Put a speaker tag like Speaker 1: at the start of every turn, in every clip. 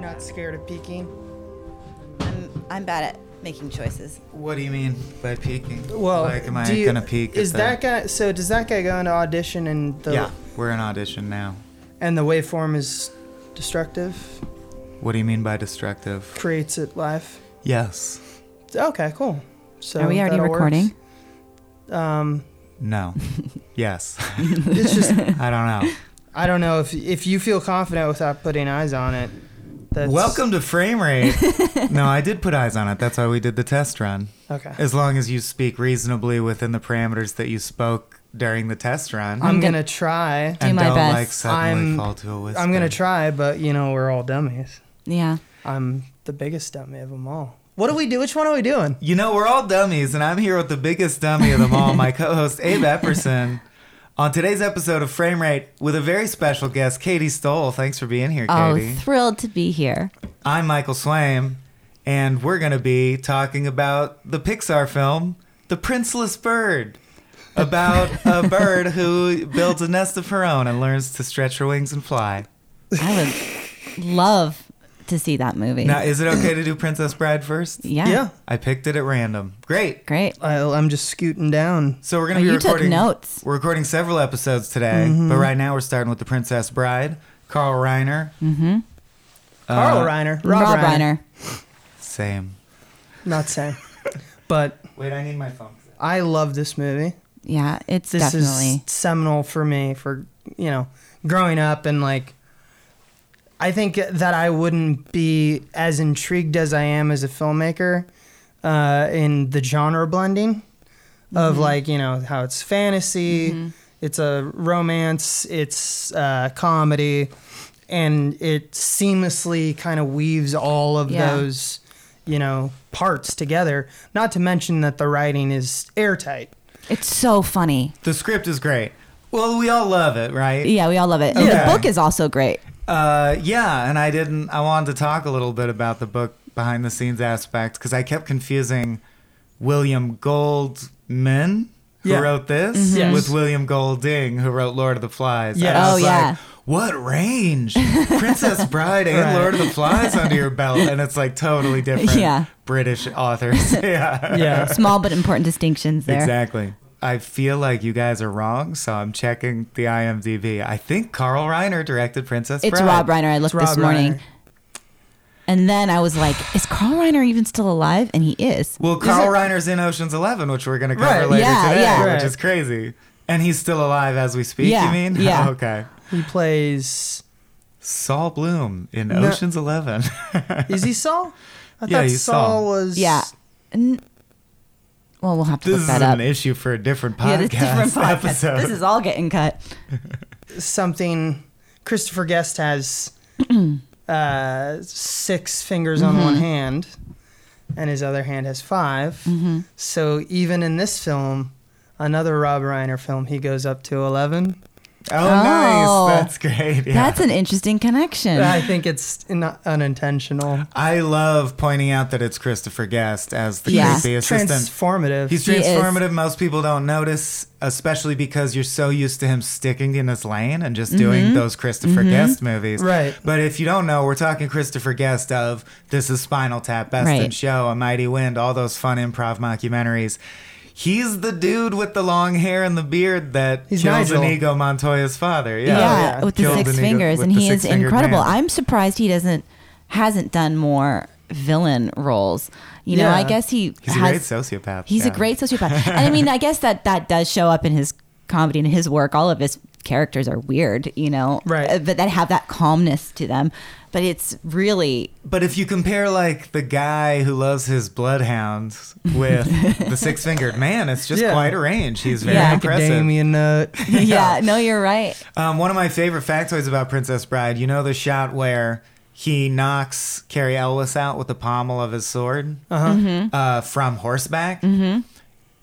Speaker 1: not scared of peeking?
Speaker 2: I'm, I'm bad at making choices.
Speaker 3: What do you mean by peeking?
Speaker 1: Well,
Speaker 3: like, am I
Speaker 1: do you-
Speaker 3: gonna peek?
Speaker 1: Is
Speaker 3: at
Speaker 1: that guy? So does that guy go into audition and the
Speaker 3: yeah, we're in audition now.
Speaker 1: and the waveform is destructive?
Speaker 3: What do you mean by destructive?
Speaker 1: Creates it live.
Speaker 3: Yes.
Speaker 1: Okay, cool. So
Speaker 4: Are we already
Speaker 1: that all works.
Speaker 4: recording?
Speaker 1: Um,
Speaker 3: No. yes.
Speaker 1: it's just
Speaker 3: I don't know.
Speaker 1: I don't know if if you feel confident without putting eyes on it. That's,
Speaker 3: Welcome to frame rate. no, I did put eyes on it. That's why we did the test run.
Speaker 1: Okay.
Speaker 3: As long as you speak reasonably within the parameters that you spoke during the test run,
Speaker 1: I'm
Speaker 4: I'm
Speaker 1: gonna try.
Speaker 3: and
Speaker 4: my
Speaker 3: don't
Speaker 4: best.
Speaker 3: like suddenly
Speaker 1: I'm-
Speaker 3: fall to a whisper.
Speaker 1: I'm gonna try, but you know we're all dummies.
Speaker 4: Yeah.
Speaker 1: I'm the biggest dummy of them all. What do we do? Which one are we doing?
Speaker 3: You know, we're all dummies, and I'm here with the biggest dummy of them all, my co host, Abe Epperson, on today's episode of Frame Rate with a very special guest, Katie Stoll. Thanks for being here,
Speaker 4: Oh,
Speaker 3: Katie.
Speaker 4: thrilled to be here.
Speaker 3: I'm Michael Swaim, and we're going to be talking about the Pixar film, The Princeless Bird, about a bird who builds a nest of her own and learns to stretch her wings and fly.
Speaker 4: I would love to see that movie.
Speaker 3: Now, is it okay to do Princess Bride first?
Speaker 4: yeah.
Speaker 3: I picked it at random. Great.
Speaker 4: Great.
Speaker 1: I, I'm just scooting down.
Speaker 3: So we're gonna
Speaker 4: Oh,
Speaker 3: be
Speaker 4: you took
Speaker 3: recording
Speaker 4: notes. Mm-hmm.
Speaker 3: We're recording several episodes today, but right now we're starting with the Princess Bride, Carl Reiner.
Speaker 4: Mm.
Speaker 1: Carl Reiner, Rob, Reiner.
Speaker 3: Same.
Speaker 1: Not saying, but
Speaker 3: Wait, I need my phone.
Speaker 1: I love this movie.
Speaker 4: Yeah, it's
Speaker 1: This
Speaker 4: definitely.
Speaker 1: is seminal for me for you know growing up and like. I think that I wouldn't be as intrigued as I am as a filmmaker uh, in the genre blending
Speaker 4: Mm-hmm.
Speaker 1: of like you know how it's fantasy, it's a romance, it's uh, comedy, and it seamlessly kind of weaves all of
Speaker 4: Yeah.
Speaker 1: those you know parts together. Not to mention that the writing is airtight.
Speaker 4: It's so funny.
Speaker 3: The script is great. Well, we all love it, right?
Speaker 4: Yeah, we all love it. And
Speaker 3: Okay.
Speaker 4: The book is also great.
Speaker 3: Uh, yeah, and I didn't. I wanted to talk a little bit about the book behind the scenes aspect because I kept confusing William Goldman, who
Speaker 1: Yeah. Mm-hmm.
Speaker 3: wrote this,
Speaker 1: Yes.
Speaker 3: with William Golding, who wrote Lord of the Flies. And
Speaker 1: Yes.
Speaker 3: I
Speaker 4: Oh,
Speaker 3: was
Speaker 4: yeah.
Speaker 3: Like, what range, Princess Bride and
Speaker 1: Right.
Speaker 3: Lord of the Flies under your belt, and it's like totally different
Speaker 4: Yeah.
Speaker 3: British authors. yeah,
Speaker 1: Yeah.
Speaker 4: Small but important distinctions there.
Speaker 3: exactly. I feel like you guys are wrong, so I'm checking the IMDb. I think Carl Reiner directed Princess
Speaker 4: It's Rob
Speaker 3: Bride.
Speaker 4: Reiner. I looked
Speaker 1: Rob
Speaker 4: this morning.
Speaker 1: Reiner.
Speaker 4: And then I was like, is Carl Reiner even still alive? And he is.
Speaker 3: Well, Carl Reiner's in Ocean's Eleven, which we're going to cover
Speaker 1: Right,
Speaker 3: later
Speaker 4: yeah,
Speaker 3: today,
Speaker 4: yeah.
Speaker 3: which
Speaker 1: Right.
Speaker 3: is crazy. And he's still alive as we speak,
Speaker 4: Yeah,
Speaker 3: you mean?
Speaker 4: yeah.
Speaker 3: okay.
Speaker 1: He plays.
Speaker 3: Saul Bloom in Ocean's Eleven.
Speaker 1: Is he Saul? I
Speaker 3: Yeah,
Speaker 1: thought
Speaker 3: he's
Speaker 1: Saul,
Speaker 3: Saul.
Speaker 1: was.
Speaker 4: Yeah. N- well, we'll have to
Speaker 3: this
Speaker 4: look
Speaker 3: is
Speaker 4: that up.
Speaker 3: an issue for a different podcast
Speaker 4: yeah, this is different podcast.
Speaker 3: episode.
Speaker 4: This is all getting cut.
Speaker 1: Something. Christopher Guest has uh, six fingers on
Speaker 4: Mm-hmm.
Speaker 1: one hand, and his other hand has 5
Speaker 4: Mm-hmm.
Speaker 1: So even in this film, another Rob Reiner film, he goes up to 11.
Speaker 3: oh,
Speaker 4: Oh.
Speaker 3: nice. That's great. Yeah.
Speaker 4: That's an interesting connection.
Speaker 1: I think it's not unintentional.
Speaker 3: I love pointing out that it's Christopher Guest as the
Speaker 4: Yeah.
Speaker 3: creepy assistant.
Speaker 1: Transformative.
Speaker 3: He's
Speaker 4: He is.
Speaker 3: transformative. Most people don't notice, especially because you're so used to him sticking in his lane and just
Speaker 4: Mm-hmm.
Speaker 3: doing those Christopher Guest movies.
Speaker 1: Right.
Speaker 3: But if you don't know, we're talking Christopher Guest of This is Spinal Tap, Best in
Speaker 4: Right.
Speaker 3: Show, A Mighty Wind, all those fun improv mockumentaries. He's the dude with the long hair and the beard that
Speaker 1: He's
Speaker 3: kills
Speaker 1: Nigel.
Speaker 3: Inigo Montoya's father. Yeah.
Speaker 4: yeah,
Speaker 1: yeah.
Speaker 4: with the
Speaker 3: Killed
Speaker 4: six
Speaker 3: an eagle-
Speaker 4: fingers,
Speaker 3: with
Speaker 4: and
Speaker 3: the
Speaker 4: he is
Speaker 3: six-fingered
Speaker 4: incredible.
Speaker 3: man.
Speaker 4: I'm surprised he doesn't hasn't done more villain roles. You know,
Speaker 1: Yeah.
Speaker 4: I guess he
Speaker 3: He's
Speaker 4: has,
Speaker 3: a great sociopath.
Speaker 4: He's
Speaker 3: yeah.
Speaker 4: a great sociopath, and I mean, I guess that that does show up in his comedy and his work. All of his characters are weird, you know,
Speaker 1: Right.
Speaker 4: uh, But that have that calmness to them. But it's really
Speaker 3: But if you compare like the guy who loves his bloodhounds with the six fingered man, it's just
Speaker 1: Yeah.
Speaker 3: quite a range. He's very
Speaker 4: Yeah.
Speaker 3: impressive.
Speaker 1: Damien Note.
Speaker 4: yeah. No, you're right.
Speaker 3: Um, one of my favorite factoids about Princess Bride, you know the shot where he knocks Carrie Elwes out with the pommel of his sword
Speaker 4: Mm-hmm.
Speaker 3: uh, from horseback. Mm-hmm.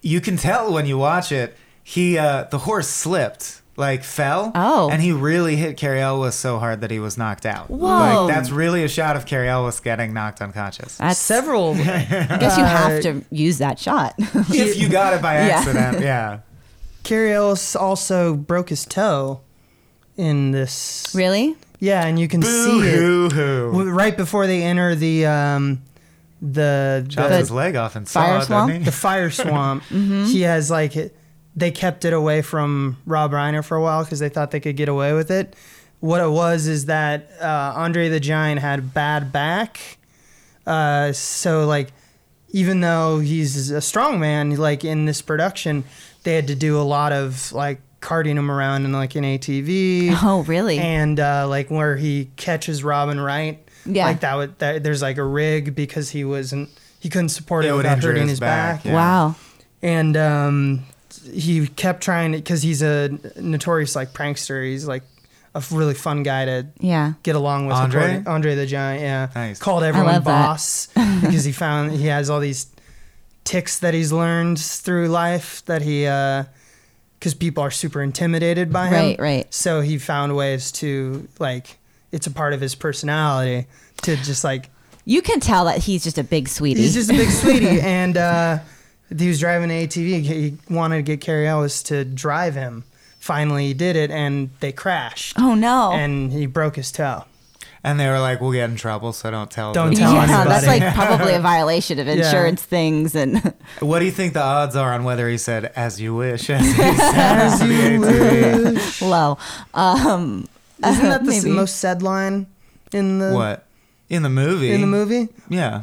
Speaker 3: You can tell when you watch it. He uh, the horse slipped, like fell.
Speaker 4: Oh.
Speaker 3: and he really hit Carrie Elwes so hard that he was knocked out.
Speaker 4: Whoa.
Speaker 3: like, that's really a shot of Carrie Elwes getting knocked unconscious.
Speaker 4: That's,
Speaker 1: Several.
Speaker 4: I guess you
Speaker 3: Uh,
Speaker 4: have to use that shot.
Speaker 3: if you got it by
Speaker 4: Yeah.
Speaker 3: accident, yeah.
Speaker 1: Curios also broke his toe in this.
Speaker 4: really?
Speaker 1: Yeah, and you can
Speaker 3: Boo
Speaker 1: see it
Speaker 3: hoo hoo.
Speaker 1: w- right before they enter the um, the
Speaker 3: Chops
Speaker 1: the-
Speaker 3: his leg off and
Speaker 4: fire
Speaker 3: saw it,
Speaker 4: swamp?
Speaker 3: doesn't
Speaker 1: the
Speaker 3: he?
Speaker 1: fire swamp. He has like it- they kept it away from Rob Reiner for a while because they thought they could get away with it. What it was is that uh, Andre the Giant had bad back, uh, so like even though he's a strong man, like in this production, they had to do a lot of like carting him around in like an ATV.
Speaker 4: Oh, really?
Speaker 1: And uh, like where he catches Robin Wright.
Speaker 4: Yeah.
Speaker 1: Like that would that, there's like a rig because he wasn't he couldn't support
Speaker 3: It
Speaker 1: it,
Speaker 3: would
Speaker 1: without
Speaker 3: injure
Speaker 1: hurting
Speaker 3: his
Speaker 1: his,
Speaker 3: back,
Speaker 1: back.
Speaker 3: yeah.
Speaker 4: Wow.
Speaker 1: And um, he kept trying to because he's a notorious like prankster. He's like a really fun guy to
Speaker 4: Yeah.
Speaker 1: get along with.
Speaker 3: Andre?
Speaker 1: according- Andre the Giant. Yeah,
Speaker 3: Nice.
Speaker 1: called everyone
Speaker 4: love that.
Speaker 1: boss because he found he has all these ticks that he's learned through life that he because people are super intimidated by him.
Speaker 4: Right, right.
Speaker 1: So he found ways to like it's a part of his personality to just like
Speaker 4: You can tell that he's just a big sweetie.
Speaker 1: he's just a big sweetie and uh, he was driving an ATV. He wanted to get Carrie Ellis to drive him. Finally, he did it, and they crashed.
Speaker 4: oh no.
Speaker 1: And he broke his toe.
Speaker 3: And they were like, "We'll get in trouble, so don't tell."
Speaker 1: Don't
Speaker 3: them."
Speaker 1: tell
Speaker 4: yeah,
Speaker 1: anybody.
Speaker 4: that's like probably a violation of insurance things and
Speaker 3: What do you think the odds are on whether he said "as you wish"? As he said
Speaker 1: As
Speaker 3: on the
Speaker 1: you
Speaker 3: ATV?
Speaker 4: low. Um,
Speaker 1: Isn't that the s-
Speaker 4: Maybe.
Speaker 1: most said line in the
Speaker 3: What in the movie?
Speaker 1: in the movie?
Speaker 3: yeah.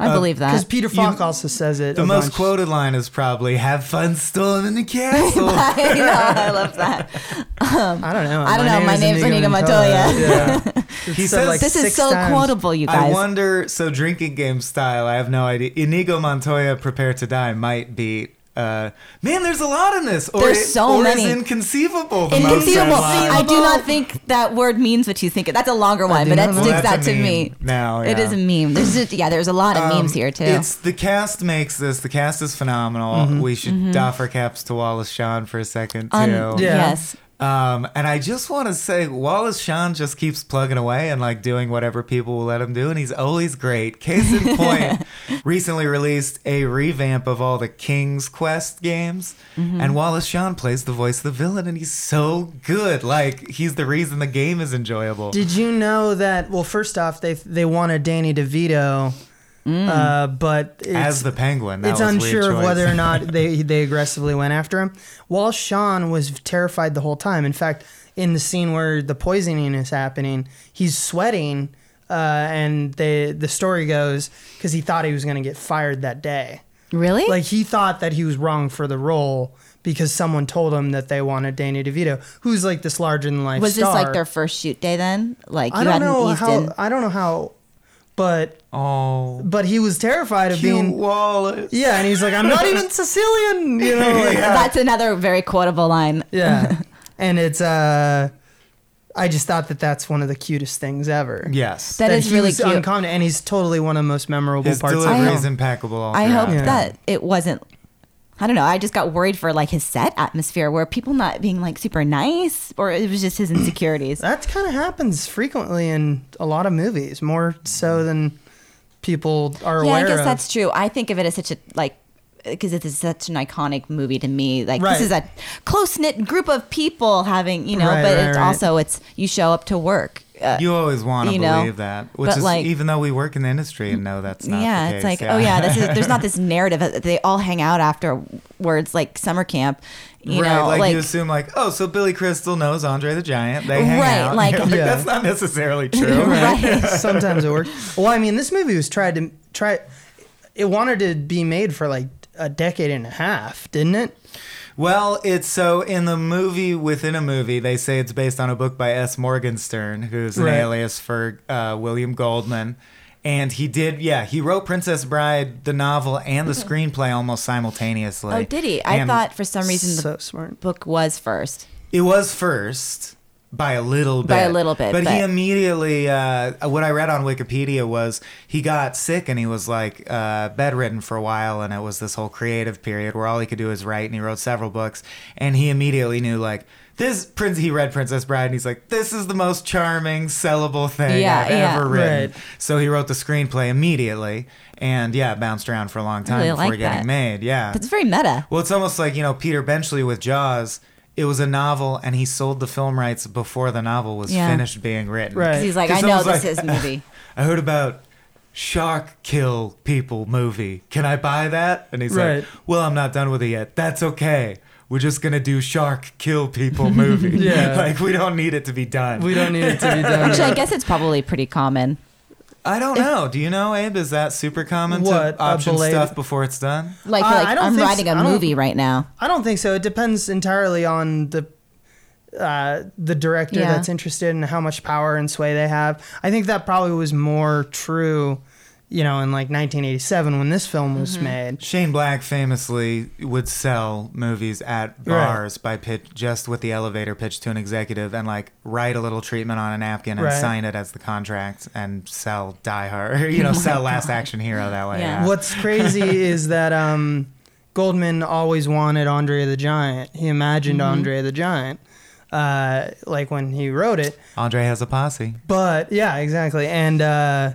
Speaker 4: I believe
Speaker 1: Because
Speaker 4: that.
Speaker 1: Peter Falk also says it.
Speaker 3: The
Speaker 1: a
Speaker 3: most
Speaker 1: bunch.
Speaker 3: quoted line is probably "Have fun stolen in the castle."
Speaker 4: I know, I love that.
Speaker 1: I don't know.
Speaker 4: Um, I don't know. My name's Inigo Montoya.
Speaker 1: Yeah.
Speaker 3: He says- Like
Speaker 4: this is so quotable, you
Speaker 3: I
Speaker 4: guys.
Speaker 3: wonder. So, drinking game style. I have no idea. Inigo Montoya, "Prepare to Die," might be. Uh, man, there's a lot in this. Or
Speaker 4: There's
Speaker 3: it-
Speaker 4: so
Speaker 3: or
Speaker 4: many.
Speaker 3: Is inconceivable. the most said
Speaker 4: Inconceivable.
Speaker 3: line.
Speaker 4: I do not think that word means what you think. it- That's a longer one,
Speaker 1: do
Speaker 4: but
Speaker 1: not
Speaker 4: that
Speaker 1: know.
Speaker 4: sticks
Speaker 3: Well,
Speaker 4: out
Speaker 3: that's a
Speaker 4: to
Speaker 3: meme
Speaker 4: me.
Speaker 3: now,
Speaker 4: It
Speaker 3: yeah.
Speaker 4: is a meme. There's just, yeah, there's a lot of memes
Speaker 3: Um,
Speaker 4: here too. Mm-hmm.
Speaker 3: It's the cast makes this. The cast is phenomenal. We should doff our caps to Wallace Shawn for a second too.
Speaker 4: Un-
Speaker 1: Yeah.
Speaker 4: Yes.
Speaker 3: Um, and I just want to say Wallace Shawn just keeps plugging away and like doing whatever people will let him do, and he's always great. Case in point, recently released a revamp of all the King's Quest games,
Speaker 4: Mm-hmm.
Speaker 3: and Wallace Shawn plays the voice of the villain, and he's so good. Like he's the reason the game is enjoyable.
Speaker 1: Did you know that? Well, first off, they they wanted Danny DeVito,
Speaker 4: Mm.
Speaker 1: uh, but it's,
Speaker 3: As the Penguin, that
Speaker 1: it's
Speaker 3: was a weird
Speaker 1: unsure of
Speaker 3: choice.
Speaker 1: whether or not they they aggressively went after him. While Sean was terrified the whole time. In fact, in the scene where the poisoning is happening, he's sweating, uh, and the the story goes because he thought he was going to get fired that day.
Speaker 4: Really?
Speaker 1: Like he thought that he was wrong for the role because someone told him that they wanted Danny DeVito, who's like this larger than life
Speaker 4: was this
Speaker 1: star.
Speaker 4: like their first shoot day then? Like you
Speaker 1: I don't
Speaker 4: hadn't
Speaker 1: know
Speaker 4: eased
Speaker 1: how.
Speaker 4: in.
Speaker 1: I don't know how, but
Speaker 3: oh,
Speaker 1: but he was terrified of
Speaker 3: Hugh
Speaker 1: being.
Speaker 3: Wallace.
Speaker 1: Yeah, and he's like, I'm not even Sicilian, you know. like-
Speaker 4: That's another very quotable line.
Speaker 1: Yeah. and it's uh I just thought that that's one of the cutest things ever.
Speaker 3: Yes.
Speaker 4: That is
Speaker 1: he
Speaker 4: really
Speaker 1: was
Speaker 4: cute.
Speaker 1: uncommon, and he's totally one of the most memorable
Speaker 3: His
Speaker 1: parts
Speaker 3: delivery
Speaker 1: of
Speaker 3: is
Speaker 1: him.
Speaker 3: impeccable. All
Speaker 4: I
Speaker 3: throughout.
Speaker 4: hope that it wasn't. I don't know. I just got worried for like his set atmosphere. Were people not being like super nice, or it was just his insecurities?
Speaker 1: That kind of happens frequently in a lot of movies, more so than people are
Speaker 4: yeah, I
Speaker 1: aware
Speaker 4: guess
Speaker 1: of.
Speaker 4: that's true. I think of it as such a like because it is such an iconic movie to me. Like
Speaker 1: Right.
Speaker 4: this is a close knit group of people having you know,
Speaker 1: Right,
Speaker 4: but
Speaker 1: right,
Speaker 4: it's
Speaker 1: right.
Speaker 4: also it's you show up to work. Uh,
Speaker 3: You always want to
Speaker 4: you know,
Speaker 3: believe that, which
Speaker 4: but
Speaker 3: is
Speaker 4: like-
Speaker 3: even though we work in the industry and know that's not
Speaker 4: yeah,
Speaker 3: the
Speaker 4: it's
Speaker 3: case,
Speaker 4: like oh yeah, this is, there's not this narrative that they all hang out afterwards like summer camp. You
Speaker 3: right,
Speaker 4: know,
Speaker 3: like,
Speaker 4: like,
Speaker 3: you assume, like, oh, so Billy Crystal knows Andre the Giant. They hang
Speaker 4: Right,
Speaker 3: out.
Speaker 4: like-
Speaker 3: You're
Speaker 1: Yeah.
Speaker 3: that's not necessarily true.
Speaker 4: right.
Speaker 1: Sometimes it works. Well, I mean, this movie was tried to try. It wanted to be made for like a decade and a half, didn't it?
Speaker 3: Well, it's so in the movie within a movie, they say it's based on a book by S. Morgenstern, who's an
Speaker 1: Right.
Speaker 3: alias for uh, William Goldman. And he did, yeah, he wrote Princess Bride, the novel, and the screenplay almost simultaneously.
Speaker 4: oh, did he? I
Speaker 3: And
Speaker 4: thought for some reason the
Speaker 1: So smart.
Speaker 4: book was first.
Speaker 3: It was first by a little bit.
Speaker 4: By a little bit,
Speaker 3: But, he
Speaker 4: but-
Speaker 3: immediately, uh, what I read on Wikipedia was he got sick and he was like uh, bedridden for a while. And it was this whole creative period where all he could do is write. And he wrote several books. And he immediately knew, like, this prince, he read Princess Bride and he's like, this is the most charming, sellable thing
Speaker 4: Yeah,
Speaker 3: I've
Speaker 4: yeah.
Speaker 3: ever written.
Speaker 1: Right.
Speaker 3: So he wrote the screenplay immediately. And yeah, it bounced around for a long time
Speaker 4: really
Speaker 3: before
Speaker 4: like
Speaker 3: getting
Speaker 4: that.
Speaker 3: made. Yeah.
Speaker 4: That's very meta.
Speaker 3: Well, it's almost like you know Peter Benchley with Jaws. it was a novel, and he sold the film rights before the novel was
Speaker 4: Yeah.
Speaker 3: finished being written.
Speaker 1: Right.
Speaker 4: 'Cause he's like, I
Speaker 3: Because
Speaker 4: know
Speaker 3: was
Speaker 4: this
Speaker 3: like,
Speaker 4: is movie.
Speaker 3: I heard about shark kill people movie. Can I buy that? And he's
Speaker 1: Right.
Speaker 3: like, Well, I'm not done with it yet. That's okay. We're just gonna do shark kill people movie.
Speaker 1: Yeah.
Speaker 3: like we don't need it to be done.
Speaker 1: We don't need it to be done.
Speaker 4: Actually, I guess it's probably pretty common.
Speaker 3: I don't know. Do you know, Abe? Is that super common
Speaker 1: What,
Speaker 3: to
Speaker 1: a
Speaker 3: option
Speaker 1: belated-
Speaker 3: stuff before it's done?
Speaker 4: Like,
Speaker 1: Uh,
Speaker 4: like
Speaker 1: I don't
Speaker 4: I'm
Speaker 1: think
Speaker 4: writing
Speaker 1: so. I
Speaker 4: a
Speaker 1: don't-
Speaker 4: movie right now.
Speaker 1: I don't think so. It depends entirely on the uh, the director
Speaker 4: Yeah.
Speaker 1: that's interested and how much power and sway they have. I think that probably was more true, you know, in like 1987 when this film was made.
Speaker 3: Shane Black famously would sell movies at bars by pitch just with the elevator pitch to an executive and like write a little treatment on a napkin and
Speaker 1: Right.
Speaker 3: sign it as the contract and sell Die Hard, you know, sell Last Action Hero that way.
Speaker 4: Yeah.
Speaker 3: yeah.
Speaker 1: What's crazy is that um, Goldman always wanted Andre the Giant. He imagined Andre the Giant, uh, like when he wrote it.
Speaker 3: Andre has a posse.
Speaker 1: But yeah, exactly. And uh,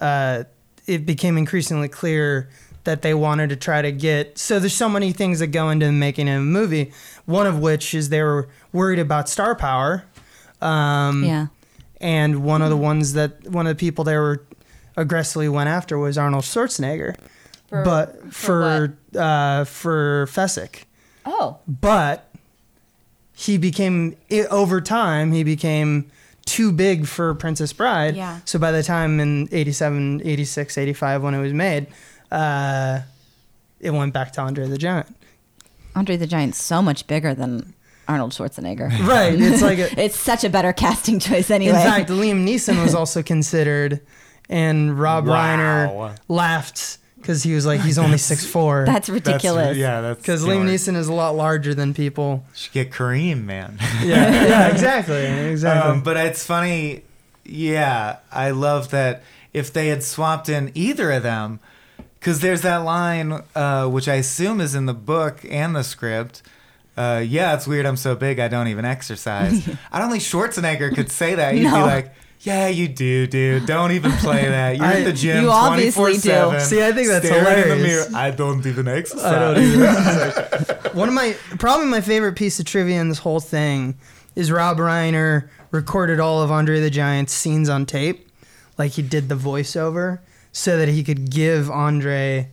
Speaker 1: uh, it became increasingly clear that they wanted to try to get. So there's so many things that go into making a movie. One of which is they were worried about star power. Um,
Speaker 4: Yeah.
Speaker 1: And one
Speaker 4: Mm-hmm.
Speaker 1: of the ones that one of the people they were aggressively went after was Arnold Schwarzenegger.
Speaker 4: For-
Speaker 1: but
Speaker 4: for
Speaker 1: for uh, for Fessick
Speaker 4: Oh.
Speaker 1: but he became i over time he became too big for princess bride
Speaker 4: Yeah.
Speaker 1: so by the time in 87 86 85 when it was made uh, it went back to andre the giant
Speaker 4: Andre the Giant's so much bigger than Arnold Schwarzenegger.
Speaker 1: right it's like a,
Speaker 4: It's such a better casting choice anyway.
Speaker 1: in fact liam neeson was also considered and rob
Speaker 3: Wow.
Speaker 1: reiner laughed because he was like he's only 6'4
Speaker 4: That's ridiculous.
Speaker 3: yeah, that's
Speaker 1: because Liam Neeson is a lot larger than people.
Speaker 3: should get Kareem, man.
Speaker 1: Yeah, yeah, exactly, exactly.
Speaker 3: Um, but it's funny. Yeah, I love that if they had swapped in either of them, because there's that line, uh, which I assume is in the book and the script. Uh, yeah, it's weird. I'm so big, I don't even exercise. I don't think Schwarzenegger could say that. He'd be
Speaker 4: No.
Speaker 3: like, "Yeah, you do, dude. Don't even play that. You're
Speaker 1: I-
Speaker 3: at the gym
Speaker 4: You
Speaker 3: 24
Speaker 4: obviously do.
Speaker 3: seven.
Speaker 1: See, I think that's hilarious.
Speaker 3: I don't even exercise.
Speaker 1: One of my probably my favorite piece of trivia in this whole thing is Rob Reiner recorded all of Andre the Giant's scenes on tape, like he did the voiceover, so that he could give Andre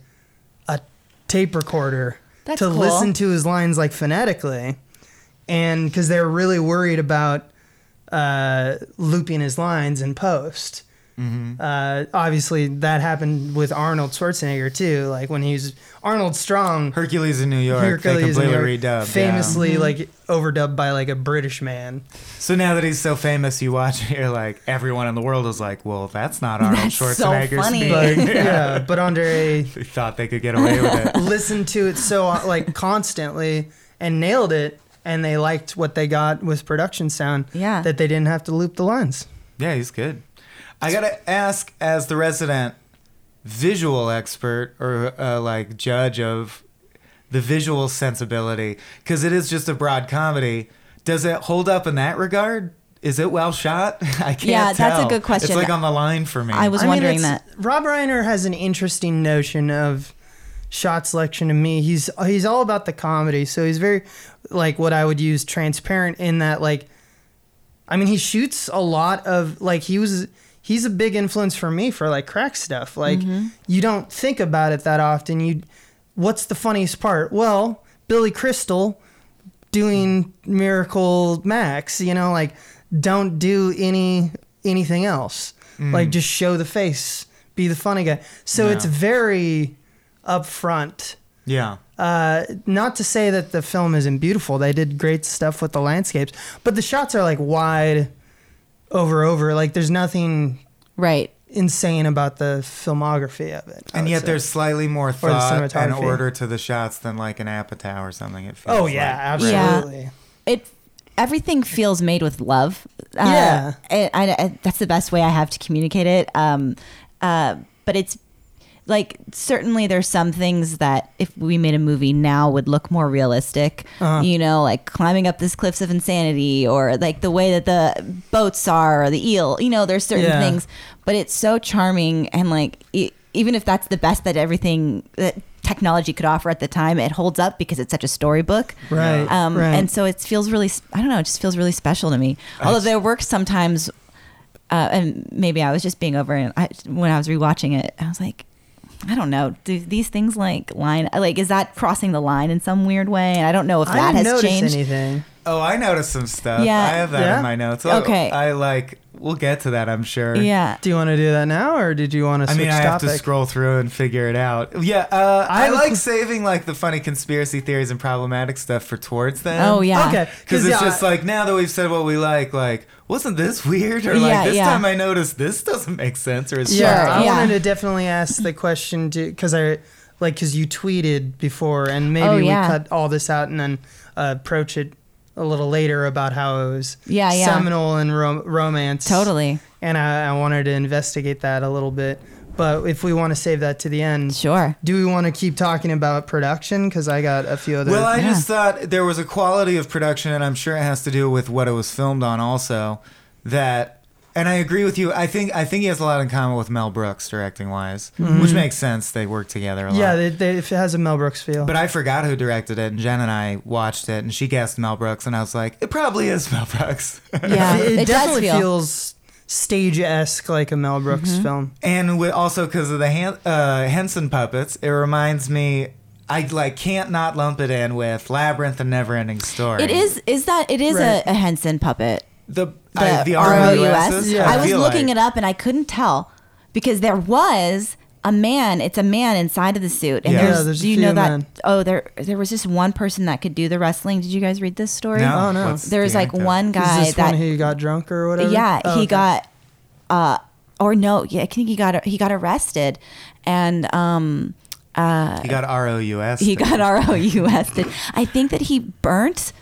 Speaker 1: a tape recorder
Speaker 4: That's
Speaker 1: to
Speaker 4: cool.
Speaker 1: listen to his lines like phonetically, and because they were really worried about uh, looping his lines in post. Uh, obviously, that happened with Arnold Schwarzenegger too. Like when he was Arnold Strong,
Speaker 3: Hercules in New York. they
Speaker 1: Hercules in New
Speaker 3: completely
Speaker 1: York,
Speaker 3: redubbed. yeah.
Speaker 1: famously
Speaker 4: Mm-hmm.
Speaker 1: like overdubbed by like a British man.
Speaker 3: So now that he's so famous, you watch it, you're like, everyone in the world is like, well, that's not Arnold
Speaker 4: That's so
Speaker 3: Schwarzenegger
Speaker 4: funny.
Speaker 3: speaking.
Speaker 1: But yeah, but Andre
Speaker 3: They thought they could get away with it.
Speaker 1: listened to it so uh, like constantly and nailed it, and they liked what they got with production sound.
Speaker 4: Yeah.
Speaker 1: that they didn't have to loop the lines.
Speaker 3: Yeah, he's good. I gotta ask, as the resident visual expert or uh, like judge of the visual sensibility, because it is just a broad comedy. Does it hold up in that regard? Is it well shot? I can't
Speaker 4: Yeah, that's a
Speaker 3: tell.
Speaker 4: good question.
Speaker 3: It's like on the line for me.
Speaker 4: I was wondering that.
Speaker 1: it's- Rob Reiner has an interesting notion of shot selection to me. He's he's all about the comedy, so he's very like what I would use transparent in that like I mean he shoots a lot of like he was he's a big influence for me for like crack stuff. Like you don't think about it that often. You what's the funniest part? Well, Billy Crystal doing Miracle Max, you know, like don't do any anything else. Like just show the face, be the funny guy. So
Speaker 3: Yeah.
Speaker 1: it's very upfront.
Speaker 3: yeah.
Speaker 1: Uh, not to say that the film isn't beautiful. They did great stuff with the landscapes, but the shots are like wide over over. Like there's nothing
Speaker 4: Right.
Speaker 1: insane about the filmography of it. I
Speaker 3: And
Speaker 1: would
Speaker 3: yet
Speaker 1: say.
Speaker 3: there's slightly more
Speaker 1: the
Speaker 3: thought and
Speaker 1: cinematography.
Speaker 3: order to the shots than like an Apatow or something. It feels
Speaker 1: Oh
Speaker 3: like.
Speaker 1: yeah,
Speaker 4: Yeah.
Speaker 1: absolutely.
Speaker 4: It everything feels made with love. Uh,
Speaker 1: Yeah.
Speaker 4: it- I, I- that's the best way I have to communicate it. Um, uh, but it's like certainly there's some things that if we made a movie now would look more realistic.
Speaker 1: Uh-huh.
Speaker 4: You know, like climbing up these cliffs of insanity, or like the way that the boats are, or the eel. You know, there's certain
Speaker 1: Yeah.
Speaker 4: things, but it's so charming and like. e even if that's the best that everything that technology could offer at the time, it holds up because it's such a storybook.
Speaker 1: Right,
Speaker 4: Um,
Speaker 1: right.
Speaker 4: And so it feels really, s- I don't know, it just feels really special to me. Although their work sometimes, uh, and maybe I was just being over and I, when I was rewatching it, I was like, I don't know. Do these things like line like is that crossing the line in some weird way? And I don't know if
Speaker 1: I
Speaker 4: that
Speaker 1: didn't
Speaker 4: has
Speaker 1: notice
Speaker 4: changed.
Speaker 1: anything.
Speaker 3: Oh, I noticed some stuff.
Speaker 4: Yeah.
Speaker 3: I have that
Speaker 1: Yeah?
Speaker 3: in my notes.
Speaker 4: Okay.
Speaker 3: I like. We'll get to that. I'm sure.
Speaker 4: Yeah.
Speaker 1: Do you want to do that now, or did you want to
Speaker 3: I
Speaker 1: switch
Speaker 3: mean, I have
Speaker 1: topic?
Speaker 3: to scroll through and figure it out. Yeah, uh, I
Speaker 1: I'm-
Speaker 3: like saving like the funny conspiracy theories and problematic stuff for towards them.
Speaker 4: Oh yeah.
Speaker 1: Okay,
Speaker 3: because it's
Speaker 1: yeah,
Speaker 3: just like now that we've said what we like, like wasn't this weird or like
Speaker 4: Yeah,
Speaker 3: this
Speaker 4: yeah.
Speaker 3: time I noticed this doesn't make sense or it's
Speaker 1: yeah,
Speaker 4: Sure,
Speaker 1: I
Speaker 4: yeah.
Speaker 1: wanted to definitely ask the question because I like because you tweeted before, and maybe
Speaker 4: Oh, yeah.
Speaker 1: we cut all this out and then uh, approach it a little later about how it was
Speaker 4: Yeah, yeah.
Speaker 1: seminal and rom- romance
Speaker 4: Totally.
Speaker 1: and I, I wanted to investigate that a little bit. But if we want to save that to the end,
Speaker 4: Sure.
Speaker 1: do we want to keep talking about production? Because I got a few other.
Speaker 3: Well, I
Speaker 4: Yeah.
Speaker 3: just thought there was a quality of production, and I'm sure it has to do with what it was filmed on, also. That, and I agree with you. I think I think he has a lot in common with Mel Brooks directing wise, which makes sense. They work together a lot.
Speaker 1: yeah, they, they, if it has a Mel Brooks feel.
Speaker 3: But I forgot who directed it, and Jen and I watched it, and she guessed Mel Brooks, and I was like, it probably is Mel Brooks.
Speaker 4: Yeah.
Speaker 1: it, it
Speaker 4: It does
Speaker 1: definitely
Speaker 4: feel- Mm-hmm.
Speaker 1: feels stage esque, like a Mel Brooks film.
Speaker 3: and with, also because of the Han, uh, Henson puppets, it reminds me. I like can't not lump it in with Labyrinth and Neverending Story.
Speaker 4: It is is that it is
Speaker 1: Right.
Speaker 4: a, a Henson puppet.
Speaker 3: the
Speaker 4: The
Speaker 3: I, the
Speaker 4: ROUS.
Speaker 3: ROUS.
Speaker 1: Yeah.
Speaker 4: I was
Speaker 3: feel
Speaker 4: looking
Speaker 3: like.
Speaker 4: it up and I couldn't tell because there was a man, it's a man inside of the suit. And
Speaker 3: Yeah.
Speaker 4: there's,
Speaker 3: Yeah,
Speaker 1: there's a
Speaker 4: do you
Speaker 1: few
Speaker 4: know that
Speaker 1: men.
Speaker 4: oh there there was just one person that could do the wrestling. Did you guys read this story?
Speaker 3: No,
Speaker 1: Oh, no.
Speaker 3: what's
Speaker 4: There's
Speaker 3: the
Speaker 4: like
Speaker 3: anecdote?
Speaker 4: one guy
Speaker 1: Is this
Speaker 4: that
Speaker 1: one who got drunk or whatever?
Speaker 4: Yeah,
Speaker 1: Oh,
Speaker 4: he
Speaker 1: okay.
Speaker 4: got uh or no, yeah, I think he got he got arrested and um
Speaker 3: He got ROUS.
Speaker 4: he got ROUS. did. I think that he burnt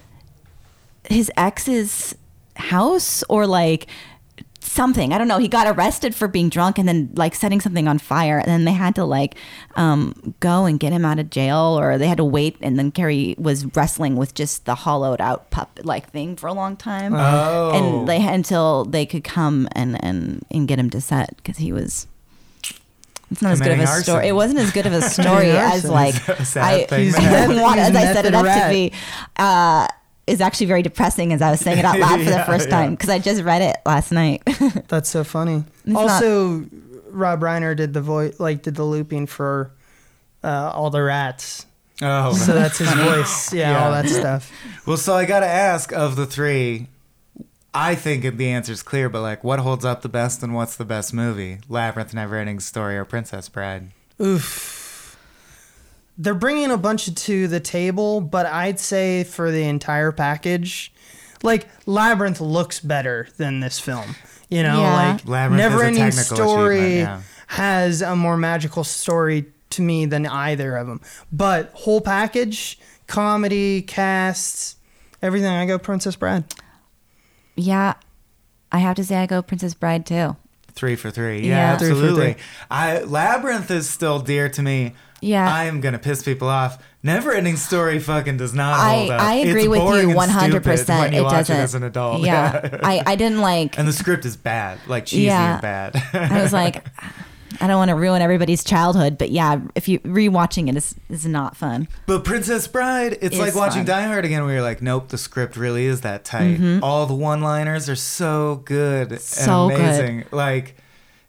Speaker 4: his ex's house or like something. I don't know. He got arrested for being drunk and then like setting something on fire. And then they had to like um, go and get him out of jail or they had to wait. And then Carrie was wrestling with just the hollowed out puppet like thing for a long time.
Speaker 3: Oh.
Speaker 4: And they until they could come and, and, and get him to set because he was. It's not as good of a
Speaker 3: Committing
Speaker 4: story.
Speaker 3: arson.
Speaker 4: It wasn't as good of a story as
Speaker 1: arson.
Speaker 4: like
Speaker 3: Sad
Speaker 4: I,
Speaker 3: thing. He's
Speaker 1: meth-
Speaker 4: as I
Speaker 1: he's
Speaker 4: set it
Speaker 1: method
Speaker 4: up
Speaker 1: rat.
Speaker 4: to be, uh, is actually very depressing as I was saying it out loud for the
Speaker 3: Yeah,
Speaker 4: first
Speaker 3: yeah.
Speaker 4: time because I just read it last night.
Speaker 1: That's so funny.
Speaker 4: It's
Speaker 1: also, Rob Reiner did the voice, like did the looping for uh, all the rats.
Speaker 3: Oh, right.
Speaker 1: So that's his voice. Yeah, all
Speaker 3: Yeah.
Speaker 1: that stuff.
Speaker 3: well, so I got to ask of the three, I think the answer's clear, but like, what holds up the best and what's the best movie? Labyrinth, Neverending Story, or Princess Bride?
Speaker 1: Oof. They're bringing a bunch to the table, but I'd say for the entire package, like Labyrinth looks better than this film. You know,
Speaker 4: Yeah.
Speaker 1: like
Speaker 3: Labyrinth is a
Speaker 1: Neverending
Speaker 3: technical
Speaker 1: Story
Speaker 3: achievement, yeah.
Speaker 1: has a more magical story to me than either of them. But whole package, comedy, casts, everything, I go Princess Bride.
Speaker 4: yeah, I have to say I go Princess Bride
Speaker 3: Oh,
Speaker 4: too.
Speaker 3: Three for three. Yeah,
Speaker 4: Yeah. Three
Speaker 1: for
Speaker 3: absolutely.
Speaker 1: three.
Speaker 3: I Labyrinth is still dear to me.
Speaker 4: Yeah.
Speaker 3: I am gonna piss people off. Neverending Story fucking does not
Speaker 4: I,
Speaker 3: hold up.
Speaker 4: I
Speaker 3: It's
Speaker 4: agree with
Speaker 3: boring
Speaker 4: you
Speaker 3: and
Speaker 4: one hundred
Speaker 3: stupid When
Speaker 4: percent.
Speaker 3: you
Speaker 4: It
Speaker 3: watch
Speaker 4: doesn't.
Speaker 3: it as an adult.
Speaker 4: Yeah, I, I didn't like.
Speaker 3: and the script is bad, like cheesy
Speaker 4: Yeah.
Speaker 3: and bad.
Speaker 4: I was like, I don't want to ruin everybody's childhood, but yeah, if you rewatching it is is not fun.
Speaker 3: But Princess Bride, it's
Speaker 4: Is
Speaker 3: like watching
Speaker 4: fun. Mm-hmm.
Speaker 3: Die Hard again, where you're like, nope, the script really is that tight. All the one-liners are so good
Speaker 4: So
Speaker 3: and
Speaker 4: good.
Speaker 3: amazing. Like,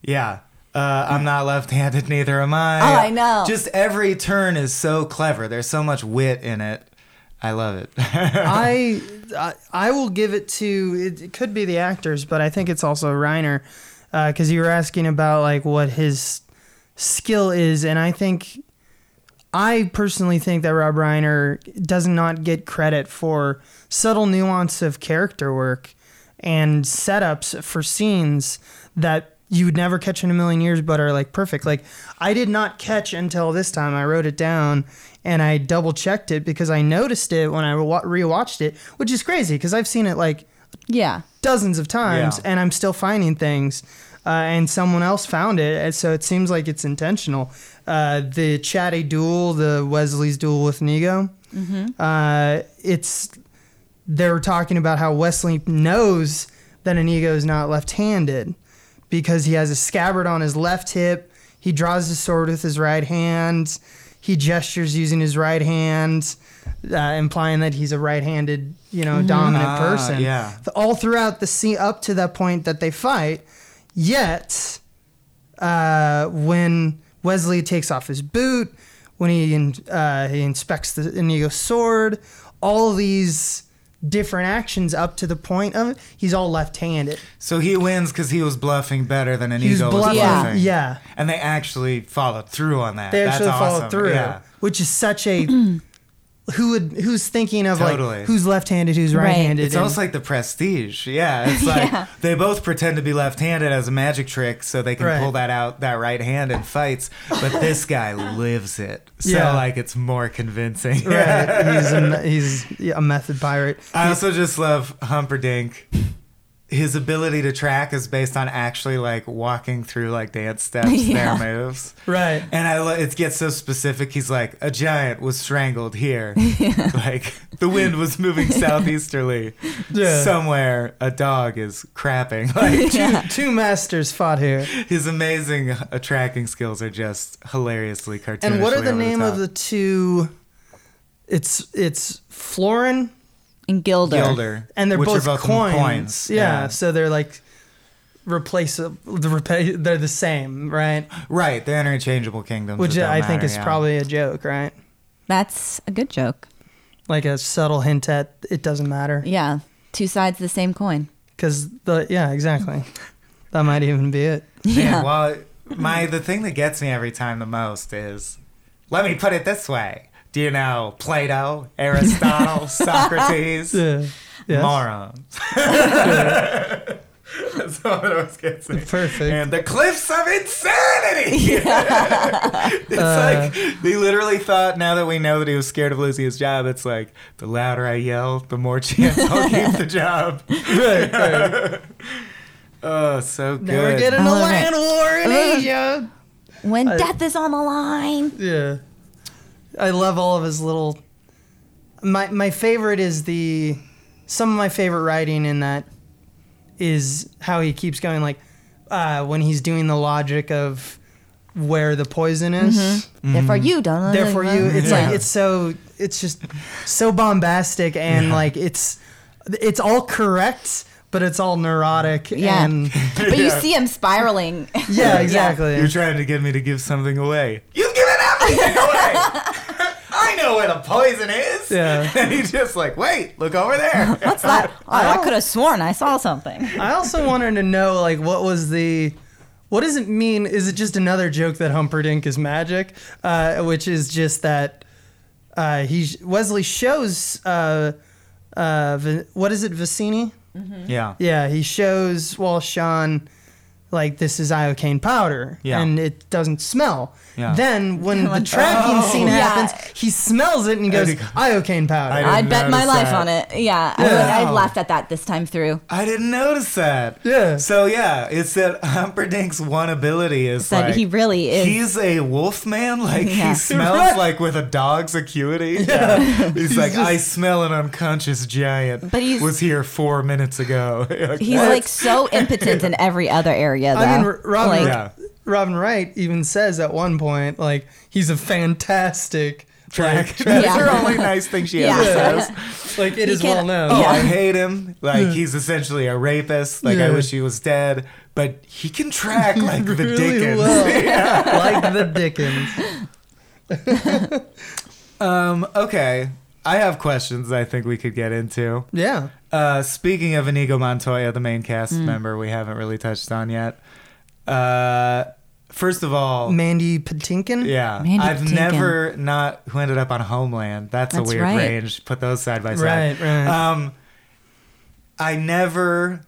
Speaker 3: yeah, uh, I'm not left-handed, neither am I.
Speaker 4: Oh, I know.
Speaker 3: Just every turn is so clever. There's so much wit in it. I love it.
Speaker 1: I, I I will give it to it, it could be the actors, but I think it's also Reiner because you were asking about like what his skill is, and I think I personally think that Rob Reiner does not get credit for subtle nuance of character work and setups for scenes that you would never catch in a million years but are like perfect. Like I did not catch until this time I wrote it down and I double checked it because I noticed it when I wa- rewatched it, which is crazy because I've seen it like
Speaker 4: Yeah,
Speaker 1: dozens of times
Speaker 3: Yeah.
Speaker 1: and I'm still finding things. Uh, and someone else found it, and so it seems like it's intentional. Uh, the chatty duel, the Wesley's duel with Nego, uh, it's they were talking about how Wesley knows that Inigo is not left-handed because he has a scabbard on his left hip. He draws his sword with his right hand. He gestures using his right hand, uh, implying that he's a right-handed, you know, dominant
Speaker 3: Ah,
Speaker 1: person.
Speaker 3: yeah.
Speaker 1: Th- all throughout the scene up to that point that they fight. Yet, uh, when Wesley takes off his boot, when he in, uh, he inspects the Inigo's sword, all these different actions up to the point of it, he's all left-handed.
Speaker 3: So he wins because he was bluffing better than an
Speaker 1: He was
Speaker 3: ego
Speaker 1: bluffing.
Speaker 3: was
Speaker 4: Yeah.
Speaker 3: bluffing.
Speaker 1: Yeah.
Speaker 3: And they actually followed through on that.
Speaker 1: They actually
Speaker 3: That's
Speaker 1: followed
Speaker 3: awesome.
Speaker 1: through,
Speaker 3: Yeah.
Speaker 1: which is such a who would who's thinking of
Speaker 3: Totally.
Speaker 1: like who's left-handed, who's
Speaker 4: Right.
Speaker 1: right-handed.
Speaker 3: It's
Speaker 1: and-
Speaker 3: almost like the prestige. Yeah. It's like
Speaker 4: Yeah.
Speaker 3: they both pretend to be left handed as a magic trick so they can
Speaker 1: Right.
Speaker 3: pull that out, that right hand in fights. But this guy lives it. So,
Speaker 1: Yeah.
Speaker 3: like, it's more convincing.
Speaker 1: right. he's a, me- he's yeah, a method pirate.
Speaker 3: I also just love Humperdinck. His ability to track is based on actually like walking through like dance steps,
Speaker 4: Yeah.
Speaker 3: their moves.
Speaker 1: Right.
Speaker 3: And I lo- it gets so specific. He's like, a giant was strangled here. Like the wind was moving southeasterly.
Speaker 1: Yeah.
Speaker 3: Somewhere a dog is crapping. Like
Speaker 1: Two masters fought here.
Speaker 3: his amazing uh, tracking skills are just hilariously cartoonish.
Speaker 1: And what are the name of the two? It's it's Florin,
Speaker 4: And Gilder.
Speaker 3: Gilder?
Speaker 1: and they're
Speaker 3: which
Speaker 1: both,
Speaker 3: are both
Speaker 1: coins. Yeah,
Speaker 3: yeah.
Speaker 1: so they're like replaceable. They're the same, right?
Speaker 3: Right, they're interchangeable kingdoms.
Speaker 1: Which
Speaker 3: it don't
Speaker 1: I think
Speaker 3: matter,
Speaker 1: is
Speaker 3: yeah.
Speaker 1: probably a joke, right?
Speaker 4: That's a good joke.
Speaker 1: Like a subtle hint at it doesn't matter
Speaker 4: Yeah. Two sides of the same coin.
Speaker 1: because the yeah exactly. That might even be it.
Speaker 3: Yeah. well, my the thing that gets me every time the most is, let me put it this way. Do you know Plato, Aristotle, Socrates,
Speaker 1: Yeah. Yes.
Speaker 3: morons? That's all that always gets me.
Speaker 1: Perfect.
Speaker 3: And the cliffs of insanity. it's
Speaker 1: Uh,
Speaker 3: like they literally thought. Now that we know that he was scared of losing his job, it's like the louder I yell, the more chance I'll keep the job.
Speaker 1: Right, right.
Speaker 3: Oh, so good.
Speaker 1: Now we're getting a
Speaker 4: I love
Speaker 1: land war in
Speaker 4: Ugh.
Speaker 1: Asia.
Speaker 4: When death is on the line.
Speaker 1: Yeah. I love all of his little my my favorite is the some of my favorite writing in that is how he keeps going like uh, when he's doing the logic of where the poison is.
Speaker 4: Therefore Mm-hmm. you don't.
Speaker 1: Therefore you it's
Speaker 3: Yeah.
Speaker 1: like it's so it's just so bombastic and like it's it's all correct but it's all neurotic
Speaker 4: Yeah.
Speaker 1: and
Speaker 4: But you see him spiraling.
Speaker 1: yeah
Speaker 4: Oh,
Speaker 1: exactly
Speaker 3: You're trying to get me to give something away. You've given everything away. I know where the poison is.
Speaker 1: Yeah.
Speaker 3: And he's just like, wait, look over there.
Speaker 4: What's that? Oh, I could have sworn I saw something.
Speaker 1: I also wanted to know like what was the what does it mean? Is it just another joke that Humperdinck is magic, uh, which is just that uh, he Wesley shows uh, uh, Vi- what is it Vicini?
Speaker 3: yeah.
Speaker 1: Yeah, he shows Walsh Sean like this is iocane powder
Speaker 3: Yeah.
Speaker 1: and it doesn't smell.
Speaker 3: Yeah.
Speaker 1: Then when the tracking scene
Speaker 4: yeah.
Speaker 1: happens, he smells it and he goes
Speaker 3: he goes,
Speaker 1: iocane powder.
Speaker 3: I
Speaker 4: I'd
Speaker 3: didn't
Speaker 4: bet my
Speaker 3: notice
Speaker 4: life
Speaker 3: that.
Speaker 4: on it. Yeah. I, would, I laughed at that this time through.
Speaker 3: I didn't notice that.
Speaker 1: Yeah.
Speaker 3: So yeah, it's that Humperdinck's one ability is
Speaker 4: That
Speaker 3: like,
Speaker 4: he really is-
Speaker 3: He's a wolf man. Like
Speaker 4: Yeah.
Speaker 3: he smells
Speaker 1: Right.
Speaker 3: like with a dog's acuity.
Speaker 1: Yeah.
Speaker 3: He's, like, I smell an unconscious giant.
Speaker 4: But he's-
Speaker 3: was here four minutes ago. Like,
Speaker 4: He's
Speaker 3: what?
Speaker 4: like so impotent in every other area. Though.
Speaker 1: I mean, R- Robin,
Speaker 4: Like,
Speaker 3: Yeah.
Speaker 1: Robin Wright even says at one point, like, he's a fantastic
Speaker 3: Track.
Speaker 1: track.
Speaker 3: That's
Speaker 4: Yeah.
Speaker 3: her only nice thing she
Speaker 4: Yeah.
Speaker 3: ever says.
Speaker 1: Like, it is
Speaker 4: can-
Speaker 1: well known.
Speaker 3: Oh,
Speaker 4: Yeah.
Speaker 3: I hate him. Like he's essentially a rapist. Like I
Speaker 1: Yeah.
Speaker 3: wish he was dead. But he can track like the Dickens.
Speaker 1: well. like the Dickens.
Speaker 3: Um, okay. I have questions I think we could get into.
Speaker 1: Yeah.
Speaker 3: Uh, speaking of Inigo Montoya, the main cast member we haven't really touched on yet. Uh, first of all,
Speaker 1: Mandy Patinkin?
Speaker 3: yeah,
Speaker 4: Mandy
Speaker 3: I've
Speaker 4: Patinkin.
Speaker 3: never not who ended up on Homeland. That's,
Speaker 4: That's
Speaker 3: a weird
Speaker 4: right.
Speaker 3: range. Put those side by
Speaker 1: Right,
Speaker 3: side.
Speaker 1: right.
Speaker 3: Um, I never.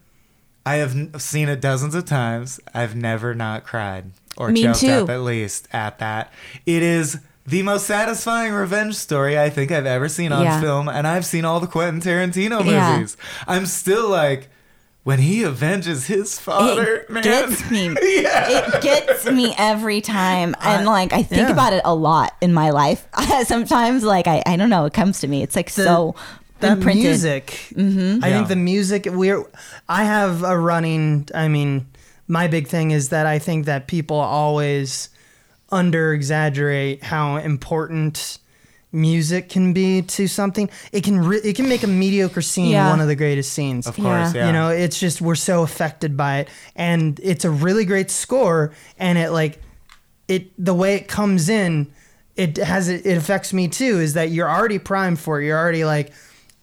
Speaker 3: I have n- seen it dozens of times. I've never not cried or
Speaker 4: Me
Speaker 3: choked
Speaker 4: too.
Speaker 3: up at least at that. It is the most satisfying revenge story I think I've ever seen on
Speaker 4: Yeah.
Speaker 3: film, and I've seen all the Quentin Tarantino
Speaker 4: Yeah.
Speaker 3: movies. I'm still like, when he avenges his father,
Speaker 4: it
Speaker 3: man.
Speaker 4: gets me.
Speaker 3: yeah.
Speaker 4: It gets me every time. And like, I think
Speaker 1: yeah.
Speaker 4: about it a lot in my life. Sometimes, like, I, I don't know, it comes to me. It's like
Speaker 1: The-
Speaker 4: so
Speaker 1: That
Speaker 4: imprinted.
Speaker 1: music. I
Speaker 3: Yeah.
Speaker 1: think the music, we're, I have a running, I mean, my big thing is that I think that people always under exaggerate how important music can be to something. It can re- it can make a mediocre scene
Speaker 4: Yeah.
Speaker 1: one of the greatest scenes.
Speaker 3: Of course, yeah.
Speaker 1: You know, it's just we're so affected by it and it's a really great score and it like it the way it comes in it has it affects me too is that you're already primed for it. You're already like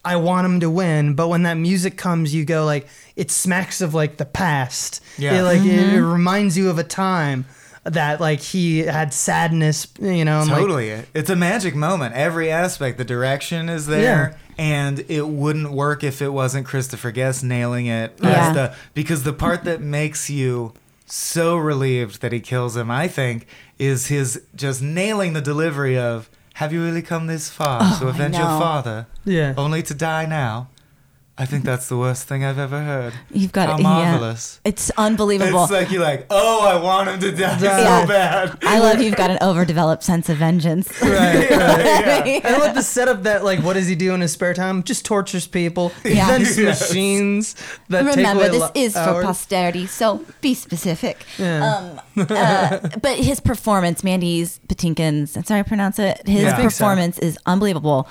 Speaker 1: I want him to win, but when that music comes, you go like it smacks of like the past.
Speaker 3: Yeah.
Speaker 1: It like it, it reminds you of a time that like he had sadness, you know, and, like,
Speaker 3: Totally. it's a magic moment. Every aspect, the direction is there. And it wouldn't work if it wasn't Christopher Guest nailing it.
Speaker 4: Yeah.
Speaker 3: As the, because the part that makes you so relieved that he kills him, I think, is his just nailing the delivery of, Have you really come this far to avenge your
Speaker 4: Oh, know.
Speaker 3: father?
Speaker 1: Yeah.
Speaker 3: Only to die now? I think that's the worst thing I've ever heard.
Speaker 4: You've got
Speaker 3: How
Speaker 4: it.
Speaker 3: marvelous.
Speaker 4: Yeah. It's unbelievable.
Speaker 3: It's like you're like, oh, I want him to die
Speaker 4: Yeah.
Speaker 3: so bad.
Speaker 4: I love you've got an overdeveloped sense of vengeance.
Speaker 1: Right.
Speaker 3: Yeah.
Speaker 1: I love the setup that like what does he do in his spare time? Just tortures people,
Speaker 4: Yeah.
Speaker 1: invents
Speaker 3: Yes.
Speaker 1: machines that take
Speaker 4: Remember,
Speaker 1: away
Speaker 4: this
Speaker 1: lo-
Speaker 4: is for
Speaker 1: hours.
Speaker 4: posterity, so be specific.
Speaker 1: Yeah.
Speaker 4: Um, uh, but his performance, Mandy's Patinkins, that's how I pronounce it. His
Speaker 3: Yeah. I think
Speaker 1: so.
Speaker 4: performance is unbelievable.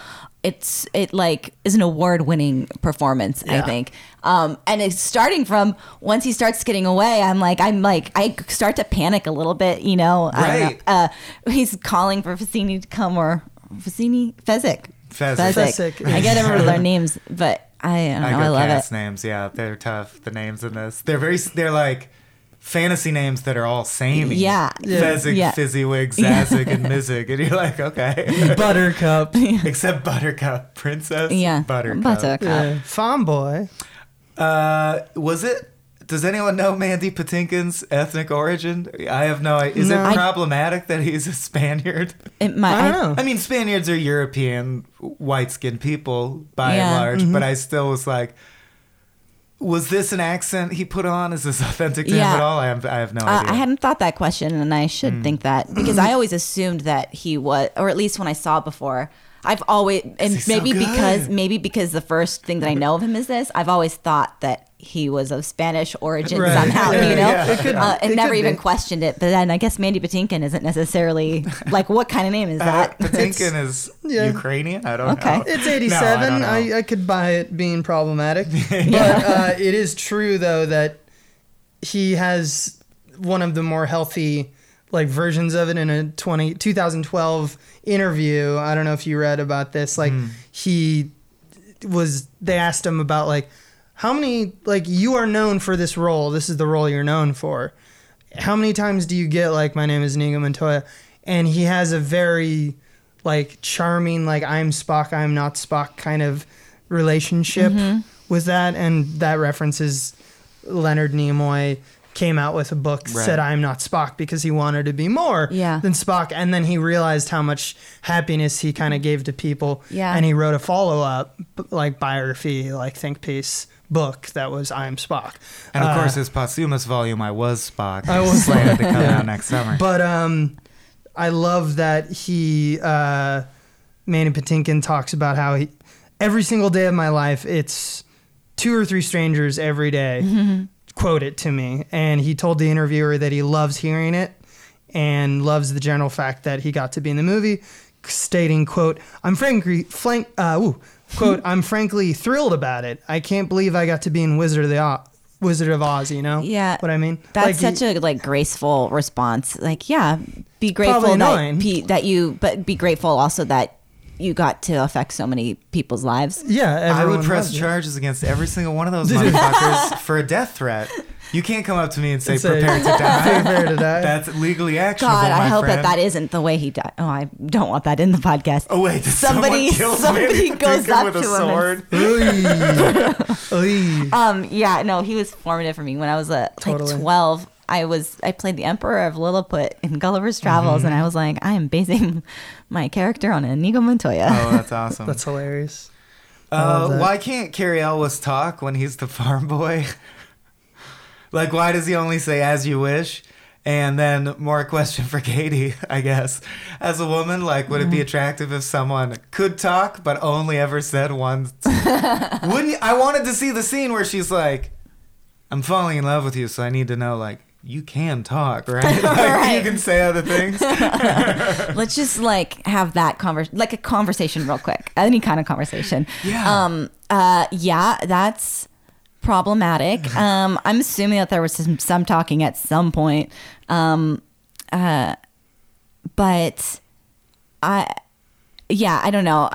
Speaker 4: It's it like is an award winning performance, I
Speaker 1: Yeah.
Speaker 4: think. Um, and it's starting from once he starts getting away, I'm like I'm like I start to panic a little bit, you know. I don't
Speaker 3: Right.
Speaker 4: know. Uh, he's calling for Fassini to come or Fassini Fezzik.
Speaker 3: Fezzik.
Speaker 1: Fezzik,
Speaker 4: I
Speaker 1: yes.
Speaker 4: get over their names, but I, I don't know. Oh, I
Speaker 3: go
Speaker 4: love it.
Speaker 3: cast names. Yeah, they're tough. The names in this, they're very. They're like fantasy names that are all samey.
Speaker 4: Yeah. Yeah.
Speaker 3: Fezzik,
Speaker 4: Yeah.
Speaker 3: Fizzywig, Zazzik, and Mizzik, and you're like, okay.
Speaker 1: Buttercup,
Speaker 3: Except Buttercup, Princess.
Speaker 4: Yeah.
Speaker 3: Buttercup.
Speaker 4: Buttercup.
Speaker 1: yeah. Farmboy.
Speaker 3: Uh, was it? Does anyone know Mandy Patinkin's ethnic origin? I have no idea. Is
Speaker 1: No.
Speaker 3: it
Speaker 1: I-
Speaker 3: problematic that he's a Spaniard?
Speaker 4: It might.
Speaker 1: I don't know.
Speaker 3: I mean, Spaniards are European white skinned people by
Speaker 4: Yeah. Mm-hmm.
Speaker 3: and large, but I still was like, was this an accent he put on? Is this authentic to
Speaker 4: Yeah.
Speaker 3: him at all? I have, I have no
Speaker 4: Uh,
Speaker 3: idea.
Speaker 4: I hadn't thought that question, and I should
Speaker 1: Hmm.
Speaker 4: think that because I always assumed that he was, or at least when I saw it before, I've always, and
Speaker 3: he's so
Speaker 4: maybe
Speaker 3: good.
Speaker 4: because maybe because the first thing that I know of him is this, I've always thought that he was of Spanish origin
Speaker 1: Right.
Speaker 4: somehow,
Speaker 1: Yeah,
Speaker 4: you know,
Speaker 3: yeah. It
Speaker 1: could-
Speaker 4: uh, and
Speaker 1: it
Speaker 4: never
Speaker 1: could
Speaker 4: even
Speaker 1: be.
Speaker 4: questioned it. But then I guess Mandy Patinkin isn't necessarily like what kind of name is
Speaker 3: Uh,
Speaker 4: that?
Speaker 3: Patinkin is
Speaker 1: yeah.
Speaker 3: Ukrainian? I don't
Speaker 4: Okay.
Speaker 3: know.
Speaker 1: It's 87.
Speaker 3: No, I don't
Speaker 1: I, uh,
Speaker 3: know.
Speaker 1: I, could buy it being problematic. But uh, it is true, though, that he has one of the more healthy like versions of it in a 20, 2012 interview. I don't know if you read about this. Like,
Speaker 3: Hmm.
Speaker 1: he was, they asked him about, like, how many, like, you are known for this role. This is the role you're known for. How many times do you get, like, my name is Inigo Montoya? And he has a very, like charming like I'm Spock, I'm not Spock kind of relationship
Speaker 4: Mm-hmm.
Speaker 1: with that and that references Leonard Nimoy came out with a book
Speaker 3: Right.
Speaker 1: said I'm not Spock because he wanted to be more
Speaker 4: Yeah.
Speaker 1: than Spock and then he realized how much happiness he kind of gave to people
Speaker 4: Yeah.
Speaker 1: and he wrote a follow-up b- like biography like think piece book that was I'm Spock
Speaker 3: And of
Speaker 1: Uh,
Speaker 4: Ah.
Speaker 3: course, his posthumous volume, I Was Spock,
Speaker 1: I
Speaker 3: I
Speaker 1: Was
Speaker 3: was planned to come out next summer.
Speaker 1: But um, I love that he uh, Manny Patinkin talks about how he, every single day of my life, it's two or three strangers every day quote it to me, and he told the interviewer that he loves hearing it and loves the general fact that he got to be in the movie, stating quote I'm frankly flank uh, ooh, quote I'm frankly thrilled about it. I can't believe I got to be in Wizard of the Oz. Wizard of Oz, you know?
Speaker 4: Yeah.
Speaker 1: What I mean?
Speaker 4: That's
Speaker 1: Like,
Speaker 4: such a like graceful response. Like, yeah, be grateful
Speaker 1: Probably
Speaker 4: that,
Speaker 1: annoying.
Speaker 4: pe- that you, but be grateful also that you got to affect so many people's lives.
Speaker 1: Yeah,
Speaker 3: I
Speaker 1: everyone
Speaker 3: would press
Speaker 1: loves it.
Speaker 3: charges against every single one of those motherfuckers for a death threat. You can't come up to me and say,
Speaker 1: And say,
Speaker 3: prepare to die.
Speaker 1: Prepare to die.
Speaker 3: That's legally actionable.
Speaker 4: God, I
Speaker 3: my
Speaker 4: hope
Speaker 3: friend.
Speaker 4: that that isn't the way he died. Oh, I don't want that in the podcast.
Speaker 3: Oh wait! did someone
Speaker 4: Somebody-
Speaker 3: kill
Speaker 4: somebody
Speaker 3: Mandy
Speaker 4: goes
Speaker 3: Patinkin
Speaker 4: up
Speaker 3: with a
Speaker 4: to him and-
Speaker 1: Oy.
Speaker 3: sword.
Speaker 1: Oy.
Speaker 4: Um, yeah, no, he was formative for me when I was uh,
Speaker 1: Totally.
Speaker 4: like twelve. I was I played the Emperor of Lilliput in Gulliver's Travels,
Speaker 3: Mm-hmm.
Speaker 4: and I was like, I am basing my character on Inigo Montoya.
Speaker 3: Oh, that's awesome.
Speaker 1: That's hilarious. love
Speaker 3: uh,
Speaker 1: that.
Speaker 3: why can't Carrie Elwes talk when he's the farm boy? like, why does he only say "as you wish"? And then more a question for Katie, I guess. As a woman, like, would it
Speaker 4: Mm-hmm.
Speaker 3: be attractive if someone could talk but only ever said once? Wouldn't you- I wanted to see the scene where she's like, "I'm falling in love with you, so I need to know like you can talk, right? Like,
Speaker 4: Right.
Speaker 3: You can say other things.
Speaker 4: Let's just like have that conversation, like a conversation, real quick. Any kind of conversation.
Speaker 3: Yeah.
Speaker 4: Um. Uh. Yeah. That's problematic. Um. I'm assuming that there was some some talking at some point. Um. Uh. But, I. Yeah, I don't know.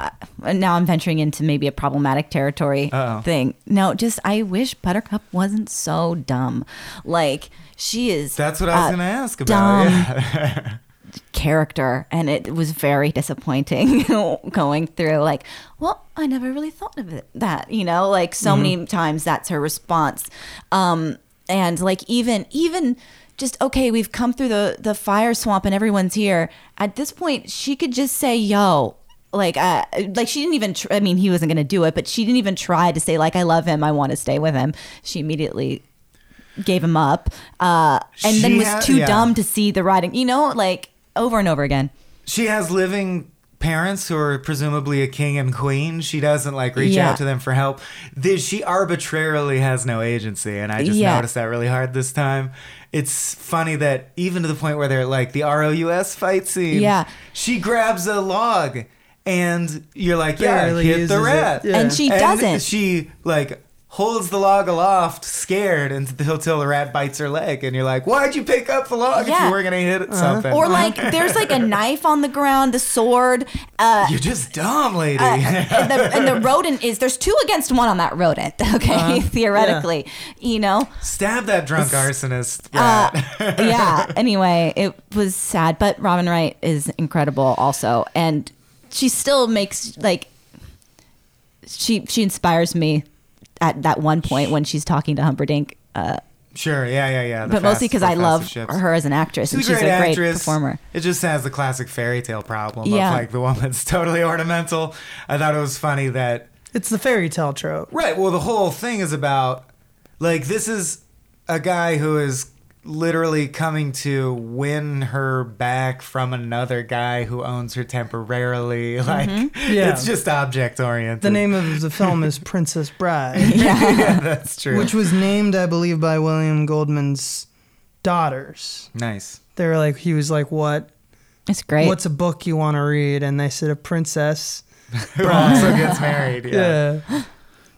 Speaker 4: Uh, Now I'm venturing into maybe a problematic territory
Speaker 3: Uh-oh.
Speaker 4: thing. No, just I wish Buttercup wasn't so dumb. Like she is.
Speaker 3: That's what I was
Speaker 4: uh,
Speaker 3: gonna ask about.
Speaker 4: dumb
Speaker 3: Yeah.
Speaker 4: character and it was very disappointing going through like well i never really thought of it that you know like so
Speaker 3: Mm-hmm.
Speaker 4: many times that's her response um and like even even just okay we've come through the the fire swamp and everyone's here at this point she could just say yo like uh like she didn't even tr- i mean he wasn't gonna do it but she didn't even try to say like i love him i want to stay with him she immediately gave him up uh and then
Speaker 3: She
Speaker 4: was
Speaker 3: ha-
Speaker 4: too
Speaker 3: yeah.
Speaker 4: dumb to see the writing you know like over and over again
Speaker 3: She has living parents who are presumably a king and queen. She doesn't like reach
Speaker 4: Yeah.
Speaker 3: out to them for help. This, she arbitrarily has no agency, and I just
Speaker 4: Yeah.
Speaker 3: noticed that really hard this time. It's funny that even to the point where they're like the ROUS fight scene.
Speaker 4: Yeah.
Speaker 3: She grabs a log and you're like, yeah,
Speaker 1: Barely
Speaker 3: hit
Speaker 1: uses
Speaker 3: the
Speaker 1: it.
Speaker 3: rat.
Speaker 1: Yeah.
Speaker 4: And she doesn't.
Speaker 3: She like holds the log aloft, scared, until, until the rat bites her leg, and you're like, "Why'd you pick up the log if
Speaker 4: Yeah. Uh-huh.
Speaker 3: you were gonna hit it something?"
Speaker 4: or like there's like a knife on the ground the sword uh
Speaker 3: You're just dumb, lady.
Speaker 4: and the, and the rodent is there's two against one on that rodent okay
Speaker 3: Uh-huh.
Speaker 4: theoretically you know
Speaker 3: Stab that drunk arsonist.
Speaker 4: uh,
Speaker 3: rat.
Speaker 4: yeah anyway it was sad but robin wright is incredible also and she still makes like she she inspires me at that one point when she's talking to humperdinck uh,
Speaker 3: sure, yeah, yeah, yeah. the
Speaker 4: but mostly
Speaker 3: fast-
Speaker 4: because
Speaker 3: the
Speaker 4: I love
Speaker 3: fastest ships.
Speaker 4: her as an actress, and
Speaker 3: She's
Speaker 4: she's
Speaker 3: a great
Speaker 4: a great
Speaker 3: actress.
Speaker 4: performer.
Speaker 3: It just has the classic fairy tale problem
Speaker 4: Yeah.
Speaker 3: of like the woman's totally ornamental. I thought it was funny that
Speaker 1: It's the fairy tale trope.
Speaker 3: Right. Well, the whole thing is about like this is a guy who is literally coming to win her back from another guy who owns her temporarily. Like
Speaker 4: Mm-hmm.
Speaker 1: Yeah.
Speaker 3: it's just object oriented.
Speaker 1: The name of the film is Princess Bride,
Speaker 3: yeah, that's true.
Speaker 1: which was named, I believe, by William Goldman's daughters.
Speaker 3: nice.
Speaker 1: They were like, he was like, "What?
Speaker 4: It's great.
Speaker 1: What's a book you want to read?" And they said, "A princess."
Speaker 3: Who also gets married. Yeah.
Speaker 1: Yeah.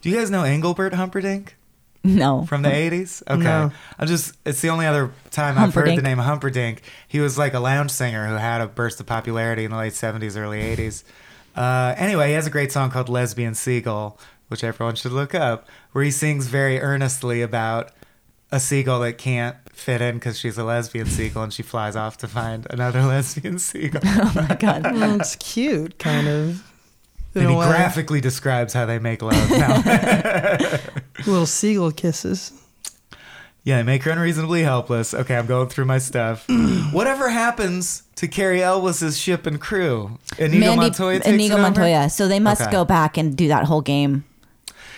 Speaker 3: Do you guys know Engelbert Humperdinck
Speaker 4: no,
Speaker 3: from the eighties? Okay.
Speaker 1: No.
Speaker 3: I'm just it's the only other time I've heard the
Speaker 4: Humperdinck.
Speaker 3: name Humperdinck. He was like a lounge singer who had a burst of popularity in the late seventies, early eighties. Uh, anyway, he has a great song called Lesbian Seagull, which everyone should look up, where he sings very earnestly about a seagull that can't fit in because she's a lesbian seagull and she flies off to find another lesbian seagull.
Speaker 4: oh my god.
Speaker 1: Mm, it's cute, kind of. In
Speaker 3: and
Speaker 1: a
Speaker 3: he
Speaker 1: way.
Speaker 3: graphically describes how they make love. Now,
Speaker 1: Little seagull kisses.
Speaker 3: Yeah, make her unreasonably helpless. Okay, I'm going through my stuff. Whatever happens to Carrie Elwes's ship and crew? Inigo Montoya takes it
Speaker 4: Inigo
Speaker 3: over?
Speaker 4: Montoya. So they must
Speaker 3: Okay.
Speaker 4: go back and do that whole game.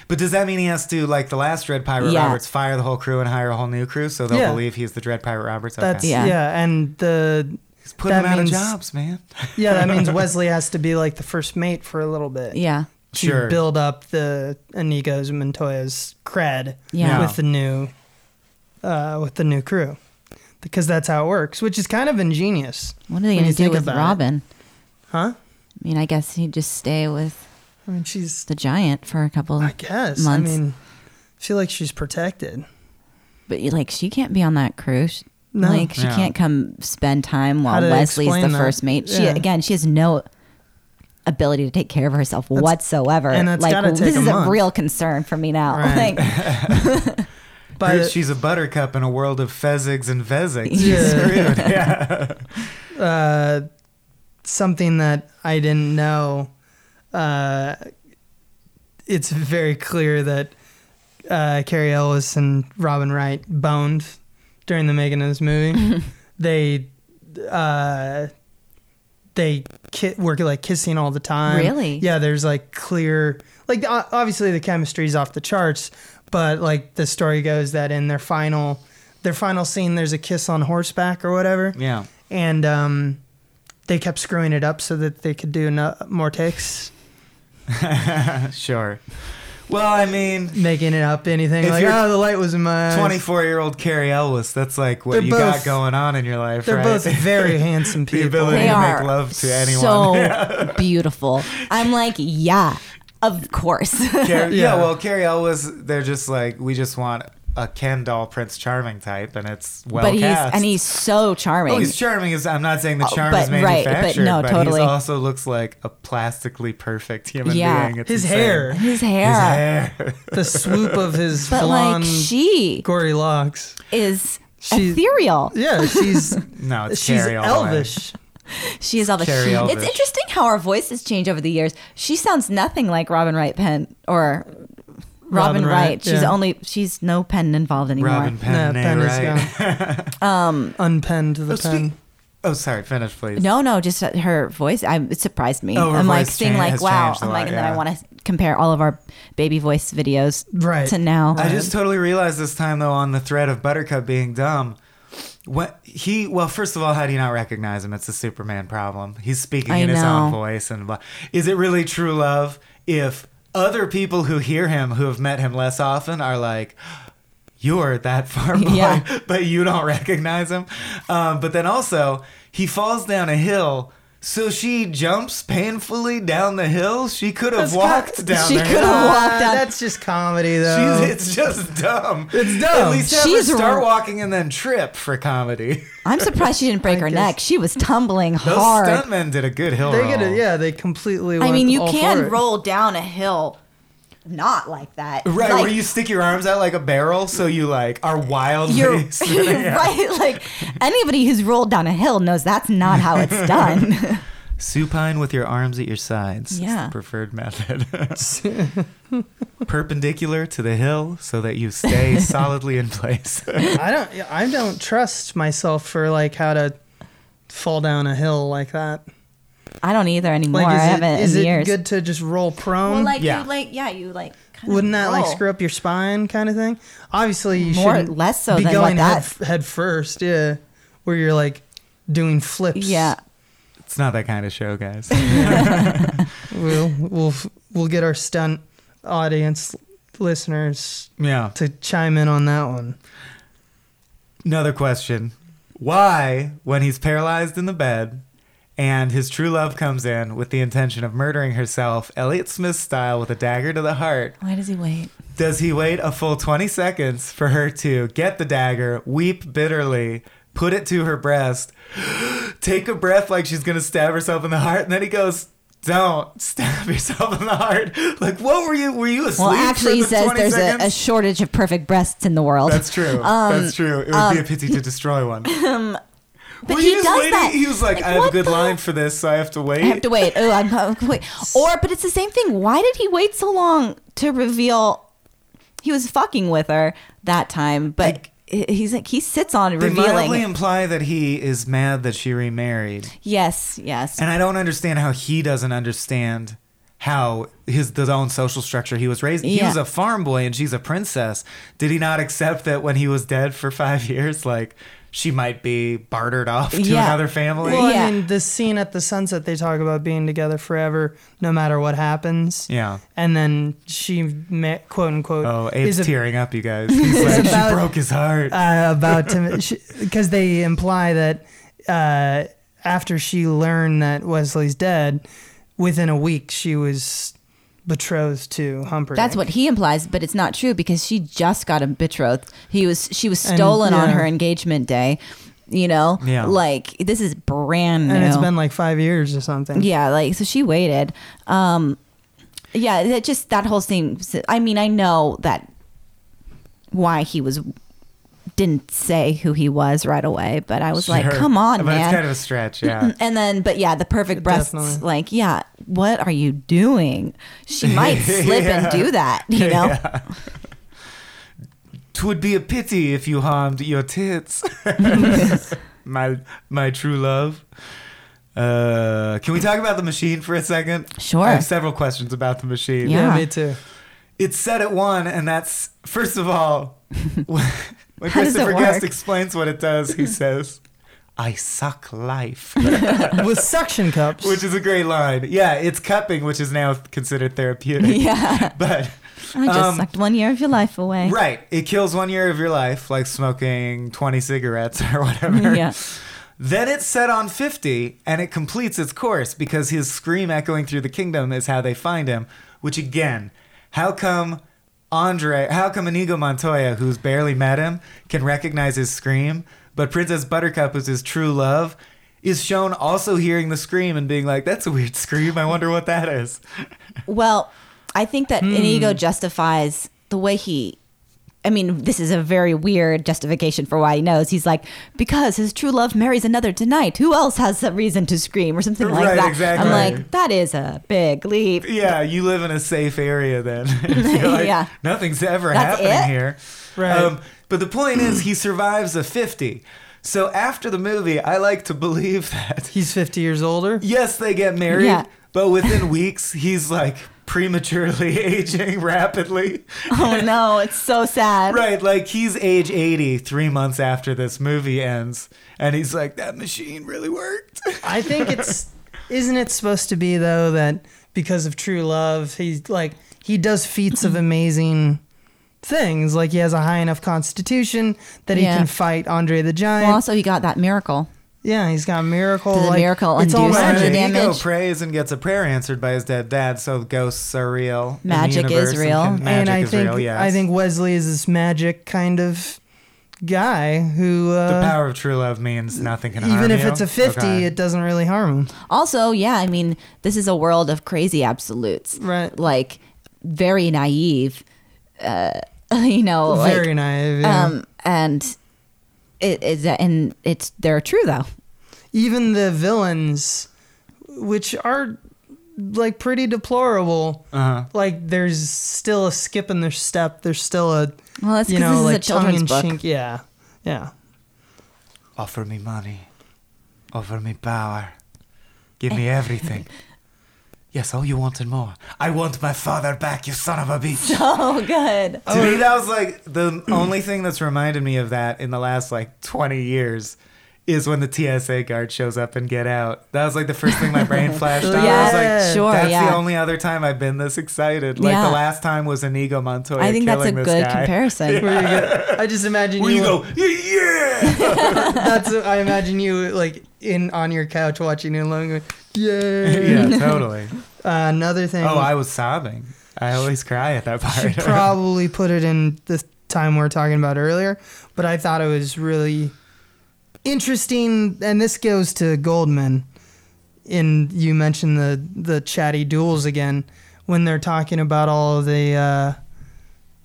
Speaker 3: But does that mean he has to, like the last Dread Pirate
Speaker 4: Yeah.
Speaker 3: Roberts, fire the whole crew and hire a whole new crew so they'll
Speaker 1: Yeah.
Speaker 3: believe he's the Dread Pirate Roberts? Okay.
Speaker 1: That's yeah.
Speaker 4: Yeah.
Speaker 1: and the
Speaker 3: he's putting
Speaker 1: that
Speaker 3: them out
Speaker 1: means-
Speaker 3: of jobs, man.
Speaker 1: yeah that means Wesley has to be like the first mate for a little bit.
Speaker 4: Yeah.
Speaker 1: to
Speaker 3: Sure.
Speaker 1: build up the Inigo's and Montoya's cred
Speaker 4: Yeah.
Speaker 1: with the new uh, with the new crew because that's how it works, which is kind of ingenious,
Speaker 4: What are they
Speaker 1: When
Speaker 4: going
Speaker 1: you
Speaker 4: to do
Speaker 1: think
Speaker 4: with
Speaker 1: about it.
Speaker 4: Robin?
Speaker 1: huh?
Speaker 4: I mean, I guess he'd just stay with
Speaker 1: I mean, she's
Speaker 4: the giant for a couple.
Speaker 1: I guess
Speaker 4: Months.
Speaker 1: I mean, I feel like she's protected.
Speaker 4: But you- like, she can't be on that cruise.
Speaker 1: No.
Speaker 4: Like, she
Speaker 3: Yeah.
Speaker 4: can't come spend time while
Speaker 1: do they
Speaker 4: Wesley's the
Speaker 1: explain that?
Speaker 4: first mate. She
Speaker 1: Yeah.
Speaker 4: again, she has no ability to take care of herself whatsoever.
Speaker 1: and that's
Speaker 4: like,
Speaker 1: gotta take
Speaker 4: this
Speaker 1: a
Speaker 4: is
Speaker 1: month.
Speaker 4: a real concern for me now.
Speaker 1: Right.
Speaker 4: Like,
Speaker 1: But
Speaker 3: Dude, she's a buttercup in a world of fezzigs and vezigs.
Speaker 1: Yeah.
Speaker 3: She's screwed. Yeah.
Speaker 1: uh, something that I didn't know. Uh, it's very clear that uh, Carrie Ellis and Robin Wright boned during the making of this movie. they uh, they ki- were like kissing all the time.
Speaker 4: Really?
Speaker 1: Yeah. There's like clear like o- obviously the chemistry's off the charts, but like the story goes that in their final their final scene there's a kiss on horseback or whatever
Speaker 3: yeah.
Speaker 1: and um, they kept screwing it up so that they could do no- more takes.
Speaker 3: Sure. Well, I mean,
Speaker 1: making it up anything
Speaker 3: If
Speaker 1: like
Speaker 3: you're
Speaker 1: oh the light was in my eyes.
Speaker 3: 24 year old Carrie Ellis, that's like what
Speaker 1: They're
Speaker 3: you
Speaker 1: both-
Speaker 3: got going on in your life,
Speaker 1: They're
Speaker 3: right?
Speaker 1: both very handsome
Speaker 3: the
Speaker 1: people.
Speaker 3: ability
Speaker 4: They
Speaker 3: to
Speaker 4: are
Speaker 3: make love to anyone.
Speaker 4: so beautiful. I'm like, yeah, of course.
Speaker 3: Carrie,
Speaker 1: Yeah.
Speaker 3: yeah. well, Carrie Ellis, they're just like, we just want a Ken doll Prince Charming type, and it's well
Speaker 4: but he's
Speaker 3: cast.
Speaker 4: and he's so charming.
Speaker 3: Oh, he's charming. Is I'm not saying the
Speaker 4: Oh,
Speaker 3: charm
Speaker 4: but-
Speaker 3: is
Speaker 4: right, but
Speaker 3: manufactured,
Speaker 4: no,
Speaker 3: but,
Speaker 4: totally.
Speaker 3: he also looks like a plastically perfect human
Speaker 4: Yeah.
Speaker 3: being. It's
Speaker 1: His
Speaker 3: insane.
Speaker 1: hair,
Speaker 4: His hair.
Speaker 3: His hair.
Speaker 1: the swoop of his
Speaker 4: But
Speaker 1: blonde,
Speaker 4: like she
Speaker 1: gory locks.
Speaker 4: is
Speaker 1: She-
Speaker 4: ethereal.
Speaker 1: Yeah, she's
Speaker 3: no, it's
Speaker 1: she's
Speaker 3: Carrie all the way.
Speaker 1: elvish.
Speaker 4: She is all the
Speaker 3: Carrie
Speaker 4: she.
Speaker 3: Elvis.
Speaker 4: It's interesting how our voices change over the years. She sounds nothing like Robin Wright Penn or
Speaker 1: Robin
Speaker 4: Robin, Wright.
Speaker 1: Wright,
Speaker 4: She's
Speaker 1: yeah.
Speaker 4: only she's no pen involved anymore.
Speaker 3: Robin
Speaker 1: No,
Speaker 3: Penn,
Speaker 1: pen is
Speaker 3: right?
Speaker 4: Um,
Speaker 1: gone. Unpenned the pen.
Speaker 3: Oh, speak- oh, sorry. Finish, please.
Speaker 4: No, no, just her voice. I, it surprised me.
Speaker 3: Oh, her
Speaker 4: I'm like
Speaker 3: voice
Speaker 4: seeing
Speaker 3: cha-
Speaker 4: like
Speaker 3: has
Speaker 4: wow.
Speaker 3: changed a
Speaker 4: I'm like,
Speaker 3: lot,
Speaker 4: and then I
Speaker 3: yeah.
Speaker 4: want to compare all of our baby voice videos
Speaker 1: Right.
Speaker 4: to now.
Speaker 3: I just totally realized this time though on the thread of Buttercup being dumb. What he well, first of all, how do you not recognize him? It's a Superman problem. He's speaking
Speaker 4: I
Speaker 3: in his
Speaker 4: know.
Speaker 3: own voice and blah. Is it really true love if other people who hear him who have met him less often are like you're that far boy,
Speaker 4: Yeah.
Speaker 3: but you don't recognize him. Um, but then also, he falls down a hill, so she jumps painfully down the hill. She could have
Speaker 1: That's
Speaker 3: walked
Speaker 1: got-
Speaker 3: down
Speaker 4: she
Speaker 3: the
Speaker 4: could
Speaker 3: hill.
Speaker 4: have
Speaker 1: Ah,
Speaker 4: walked down-
Speaker 1: That's just comedy, though.
Speaker 3: She's, it's just dumb.
Speaker 1: It's dumb.
Speaker 3: At least have
Speaker 4: She's
Speaker 3: her start
Speaker 4: wrong.
Speaker 3: walking and then trip for comedy.
Speaker 4: I'm surprised she didn't break her
Speaker 1: guess-
Speaker 4: neck. She was tumbling
Speaker 3: Those
Speaker 4: hard.
Speaker 3: stuntmen did a good hill
Speaker 1: they
Speaker 3: roll.
Speaker 1: get it. Yeah, they completely.
Speaker 4: I
Speaker 1: went
Speaker 4: mean, you
Speaker 1: all for
Speaker 4: can
Speaker 1: it.
Speaker 4: roll down a hill, not like that.
Speaker 3: Right,
Speaker 4: Like,
Speaker 3: where you stick your arms out like a barrel, so you like are wildly.
Speaker 4: You're
Speaker 3: spinning out.
Speaker 4: right. Like anybody who's rolled down a hill knows that's not how it's done.
Speaker 3: supine with your arms at your sides. is
Speaker 4: Yeah.
Speaker 3: the preferred method. Perpendicular to the hill, so that you stay solidly in place.
Speaker 1: I don't. I don't trust myself for like how to fall down a hill like that.
Speaker 4: I don't either anymore.
Speaker 1: Like,
Speaker 4: I
Speaker 1: is
Speaker 4: haven't
Speaker 1: it, is
Speaker 4: in
Speaker 1: it
Speaker 4: years.
Speaker 1: good to just roll prone?
Speaker 4: Well, like
Speaker 3: Yeah.
Speaker 4: you, like yeah, you like. kinda
Speaker 1: Wouldn't that like
Speaker 4: roll.
Speaker 1: screw up your spine, kind of thing? Obviously, you
Speaker 4: More-
Speaker 1: should
Speaker 4: less so
Speaker 1: be
Speaker 4: than what
Speaker 1: going
Speaker 4: that-
Speaker 1: head, f- head first. Yeah, where you're like doing flips.
Speaker 4: Yeah.
Speaker 3: it's not that kind of show, guys.
Speaker 1: we'll we'll we'll get our stunt audience listeners
Speaker 3: Yeah.
Speaker 1: to chime in on that one.
Speaker 3: Another question. Why, when he's paralyzed in the bed and his true love comes in with the intention of murdering herself, Elliot Smith style, with a dagger to the heart,
Speaker 4: Why does he wait?
Speaker 3: does he wait a full 20 seconds for her to get the dagger, weep bitterly, put it to her breast, take a breath like she's going to stab herself in the heart, and then he goes, don't stab yourself in the heart. Like, what were you? Were you asleep?
Speaker 4: Well, actually,
Speaker 3: for
Speaker 4: he
Speaker 3: the
Speaker 4: says
Speaker 3: 20
Speaker 4: there's a,
Speaker 3: seconds?
Speaker 4: a shortage of perfect breasts in the world.
Speaker 3: That's true.
Speaker 4: um,
Speaker 3: That's true. It would be a pity to destroy one.
Speaker 4: but
Speaker 3: Well,
Speaker 4: he
Speaker 3: just
Speaker 4: does
Speaker 3: waited.
Speaker 4: that.
Speaker 3: He was like,
Speaker 4: Like,
Speaker 3: I have a
Speaker 4: what
Speaker 3: good
Speaker 4: the-
Speaker 3: line for this, so I have to wait.
Speaker 4: I have to wait. Oh, I'm I'm- wait. Or, but it's the same thing. Why did he wait so long to reveal he was fucking with her that time? But he- he's like he sits on
Speaker 3: they
Speaker 4: revealing.
Speaker 3: mildly imply that he is mad that she remarried,
Speaker 4: yes, yes.
Speaker 3: and I don't understand how he doesn't understand how his his own social structure he was raised. He
Speaker 4: Yeah.
Speaker 3: was a farm boy, and she's a princess. Did he not accept that when he was dead for five years, like she might be bartered off to
Speaker 4: Yeah.
Speaker 3: another family?
Speaker 1: Well,
Speaker 4: Yeah.
Speaker 1: I mean, the scene at the sunset, they talk about being together forever, no matter what happens.
Speaker 3: yeah.
Speaker 1: And then she, ma- quote unquote,
Speaker 3: Oh, Abe's
Speaker 1: a-
Speaker 3: tearing up, you guys. He's like,
Speaker 1: about-
Speaker 3: she broke his heart.
Speaker 1: uh, about to, because they imply that uh, after she learned that Wesley's dead, within a week she was betrothed to Humphrey.
Speaker 4: That's what he implies, but it's not true because she just got him betrothed. He was she was
Speaker 1: And,
Speaker 4: stolen on
Speaker 1: yeah.
Speaker 4: her engagement day. You know,
Speaker 3: Yeah.
Speaker 4: like this is brand new.
Speaker 1: And it's been like five years or something.
Speaker 4: Yeah, like so she waited. Um yeah, that just that whole scene I mean, I know that why he was didn't say who he was right away, but I was like,
Speaker 3: Sure.
Speaker 4: "Come on,
Speaker 3: but
Speaker 4: man."
Speaker 3: it's kind of a stretch, yeah.
Speaker 4: and then but yeah, the perfect breasts
Speaker 1: Definitely.
Speaker 4: like, "Yeah, what are you doing?" She might slip and do that, you know.
Speaker 3: Twould be a pity if you harmed your tits. my my true love. Uh, can we talk about the machine for a second?
Speaker 4: Sure.
Speaker 3: I have several questions about the machine.
Speaker 4: Yeah.
Speaker 1: Yeah, me too.
Speaker 3: It's set at one, and that's first of all when when
Speaker 4: How does it
Speaker 3: Christopher Guest
Speaker 4: work?
Speaker 3: explains what it does, he says, I suck life.
Speaker 1: With suction cups.
Speaker 3: Which is a great line. Yeah, it's cupping, which is now considered therapeutic.
Speaker 4: Yeah.
Speaker 3: But
Speaker 4: I just
Speaker 3: Um,
Speaker 4: sucked one year of your life away.
Speaker 3: Right. It kills one year of your life, like smoking 20 cigarettes or whatever.
Speaker 4: Yeah.
Speaker 3: Then it's set on 50 and it completes its course because his scream echoing through the kingdom is how they find him, which again, how come Andre, how come Inigo Montoya, who's barely met him, can recognize his scream, but Princess Buttercup, who's his true love, is shown also hearing the scream and being like, that's a weird scream. I wonder what that is.
Speaker 4: Well, I think that
Speaker 3: Hmm.
Speaker 4: Inigo justifies the way he. I mean, this is a very weird justification for why he knows. He's like, because his true love marries another tonight. Who else has a reason to scream or something like
Speaker 3: Right,
Speaker 4: that?
Speaker 3: exactly.
Speaker 4: I'm like, that is a big leap.
Speaker 3: Yeah, you live in a safe area then. You're like,
Speaker 4: Yeah.
Speaker 3: Nothing's ever
Speaker 4: That's
Speaker 3: happening
Speaker 4: it?
Speaker 3: here. Um,
Speaker 1: Right.
Speaker 3: but the point is, he survives a 50. So after the movie, I like to believe that,
Speaker 1: He's 50 years older.
Speaker 3: yes, they get married,
Speaker 4: Yeah.
Speaker 3: but within weeks, he's like prematurely aging rapidly.
Speaker 4: Oh no, it's so sad.
Speaker 3: Right, like he's age 80 three months after this movie ends. And he's like, that machine really worked.
Speaker 1: I think it's isn't it supposed to be though that because of true love he's like he does feats of amazing things like he has a high enough constitution that he
Speaker 4: Yeah.
Speaker 1: can fight Andre the Giant.
Speaker 4: Well, also he got that miracle.
Speaker 1: yeah, he's got a miracle.
Speaker 4: Does the
Speaker 1: like,
Speaker 4: miracle
Speaker 1: it's all
Speaker 4: undo some of the
Speaker 1: magic.
Speaker 4: dam-
Speaker 3: Ego
Speaker 4: damage.
Speaker 3: prays and gets a prayer answered by his dead dad, so ghosts are real. in the
Speaker 4: Magic is
Speaker 3: universe and
Speaker 4: real.
Speaker 3: can- magic
Speaker 1: and I
Speaker 3: is
Speaker 1: think
Speaker 3: real, yes.
Speaker 1: I think Wesley is this magic kind of guy who
Speaker 3: the
Speaker 1: uh,
Speaker 3: power of true love means nothing can harm
Speaker 1: even if
Speaker 3: you.
Speaker 1: it's a 50
Speaker 3: Okay.
Speaker 1: it doesn't really harm him.
Speaker 4: Also, yeah, I mean, this is a world of crazy absolutes.
Speaker 1: Right.
Speaker 4: Like very naive. Uh, you know, like-
Speaker 1: Very naive. yeah.
Speaker 4: Um, and it is, and it's they're true though.
Speaker 1: even the villains, which are like pretty deplorable,
Speaker 3: Uh-huh.
Speaker 1: like there's still a skip in their step. There's still a
Speaker 4: Well, that's
Speaker 1: you
Speaker 4: 'cause
Speaker 1: know
Speaker 4: this is a
Speaker 1: like
Speaker 4: children's book.
Speaker 1: tongue-in-cheek- Yeah, yeah.
Speaker 3: offer me money, offer me power, give me everything. Yes, all you want and more. I want my father back, you son of a bitch.
Speaker 4: Oh, good.
Speaker 3: To me, that was like the only thing that's reminded me of that in the last like 20 years is when the TSA guard shows up and get out. That was like the first thing my brain flashed on. I was like,
Speaker 1: Yes.
Speaker 4: sure.
Speaker 3: That's
Speaker 4: yeah.
Speaker 3: the only other time I've been this excited. Like
Speaker 4: Yeah.
Speaker 3: the last time was Inigo Montoya.
Speaker 4: I think that's a
Speaker 3: killing
Speaker 4: good
Speaker 3: this guy.
Speaker 4: comparison.
Speaker 1: Where you go, I just imagine
Speaker 3: Where
Speaker 1: you.
Speaker 3: you go, yeah.
Speaker 1: That's I imagine you like in on your couch watching it alone. Going, Yay!
Speaker 3: yeah, totally.
Speaker 1: Uh, another thing.
Speaker 3: Oh, I was sobbing. I always cry at that part.
Speaker 1: should probably put it in the time we were talking about earlier, but I thought it was really interesting. And this goes to Goldman. In you mentioned the the chatty duels again when they're talking about all the uh,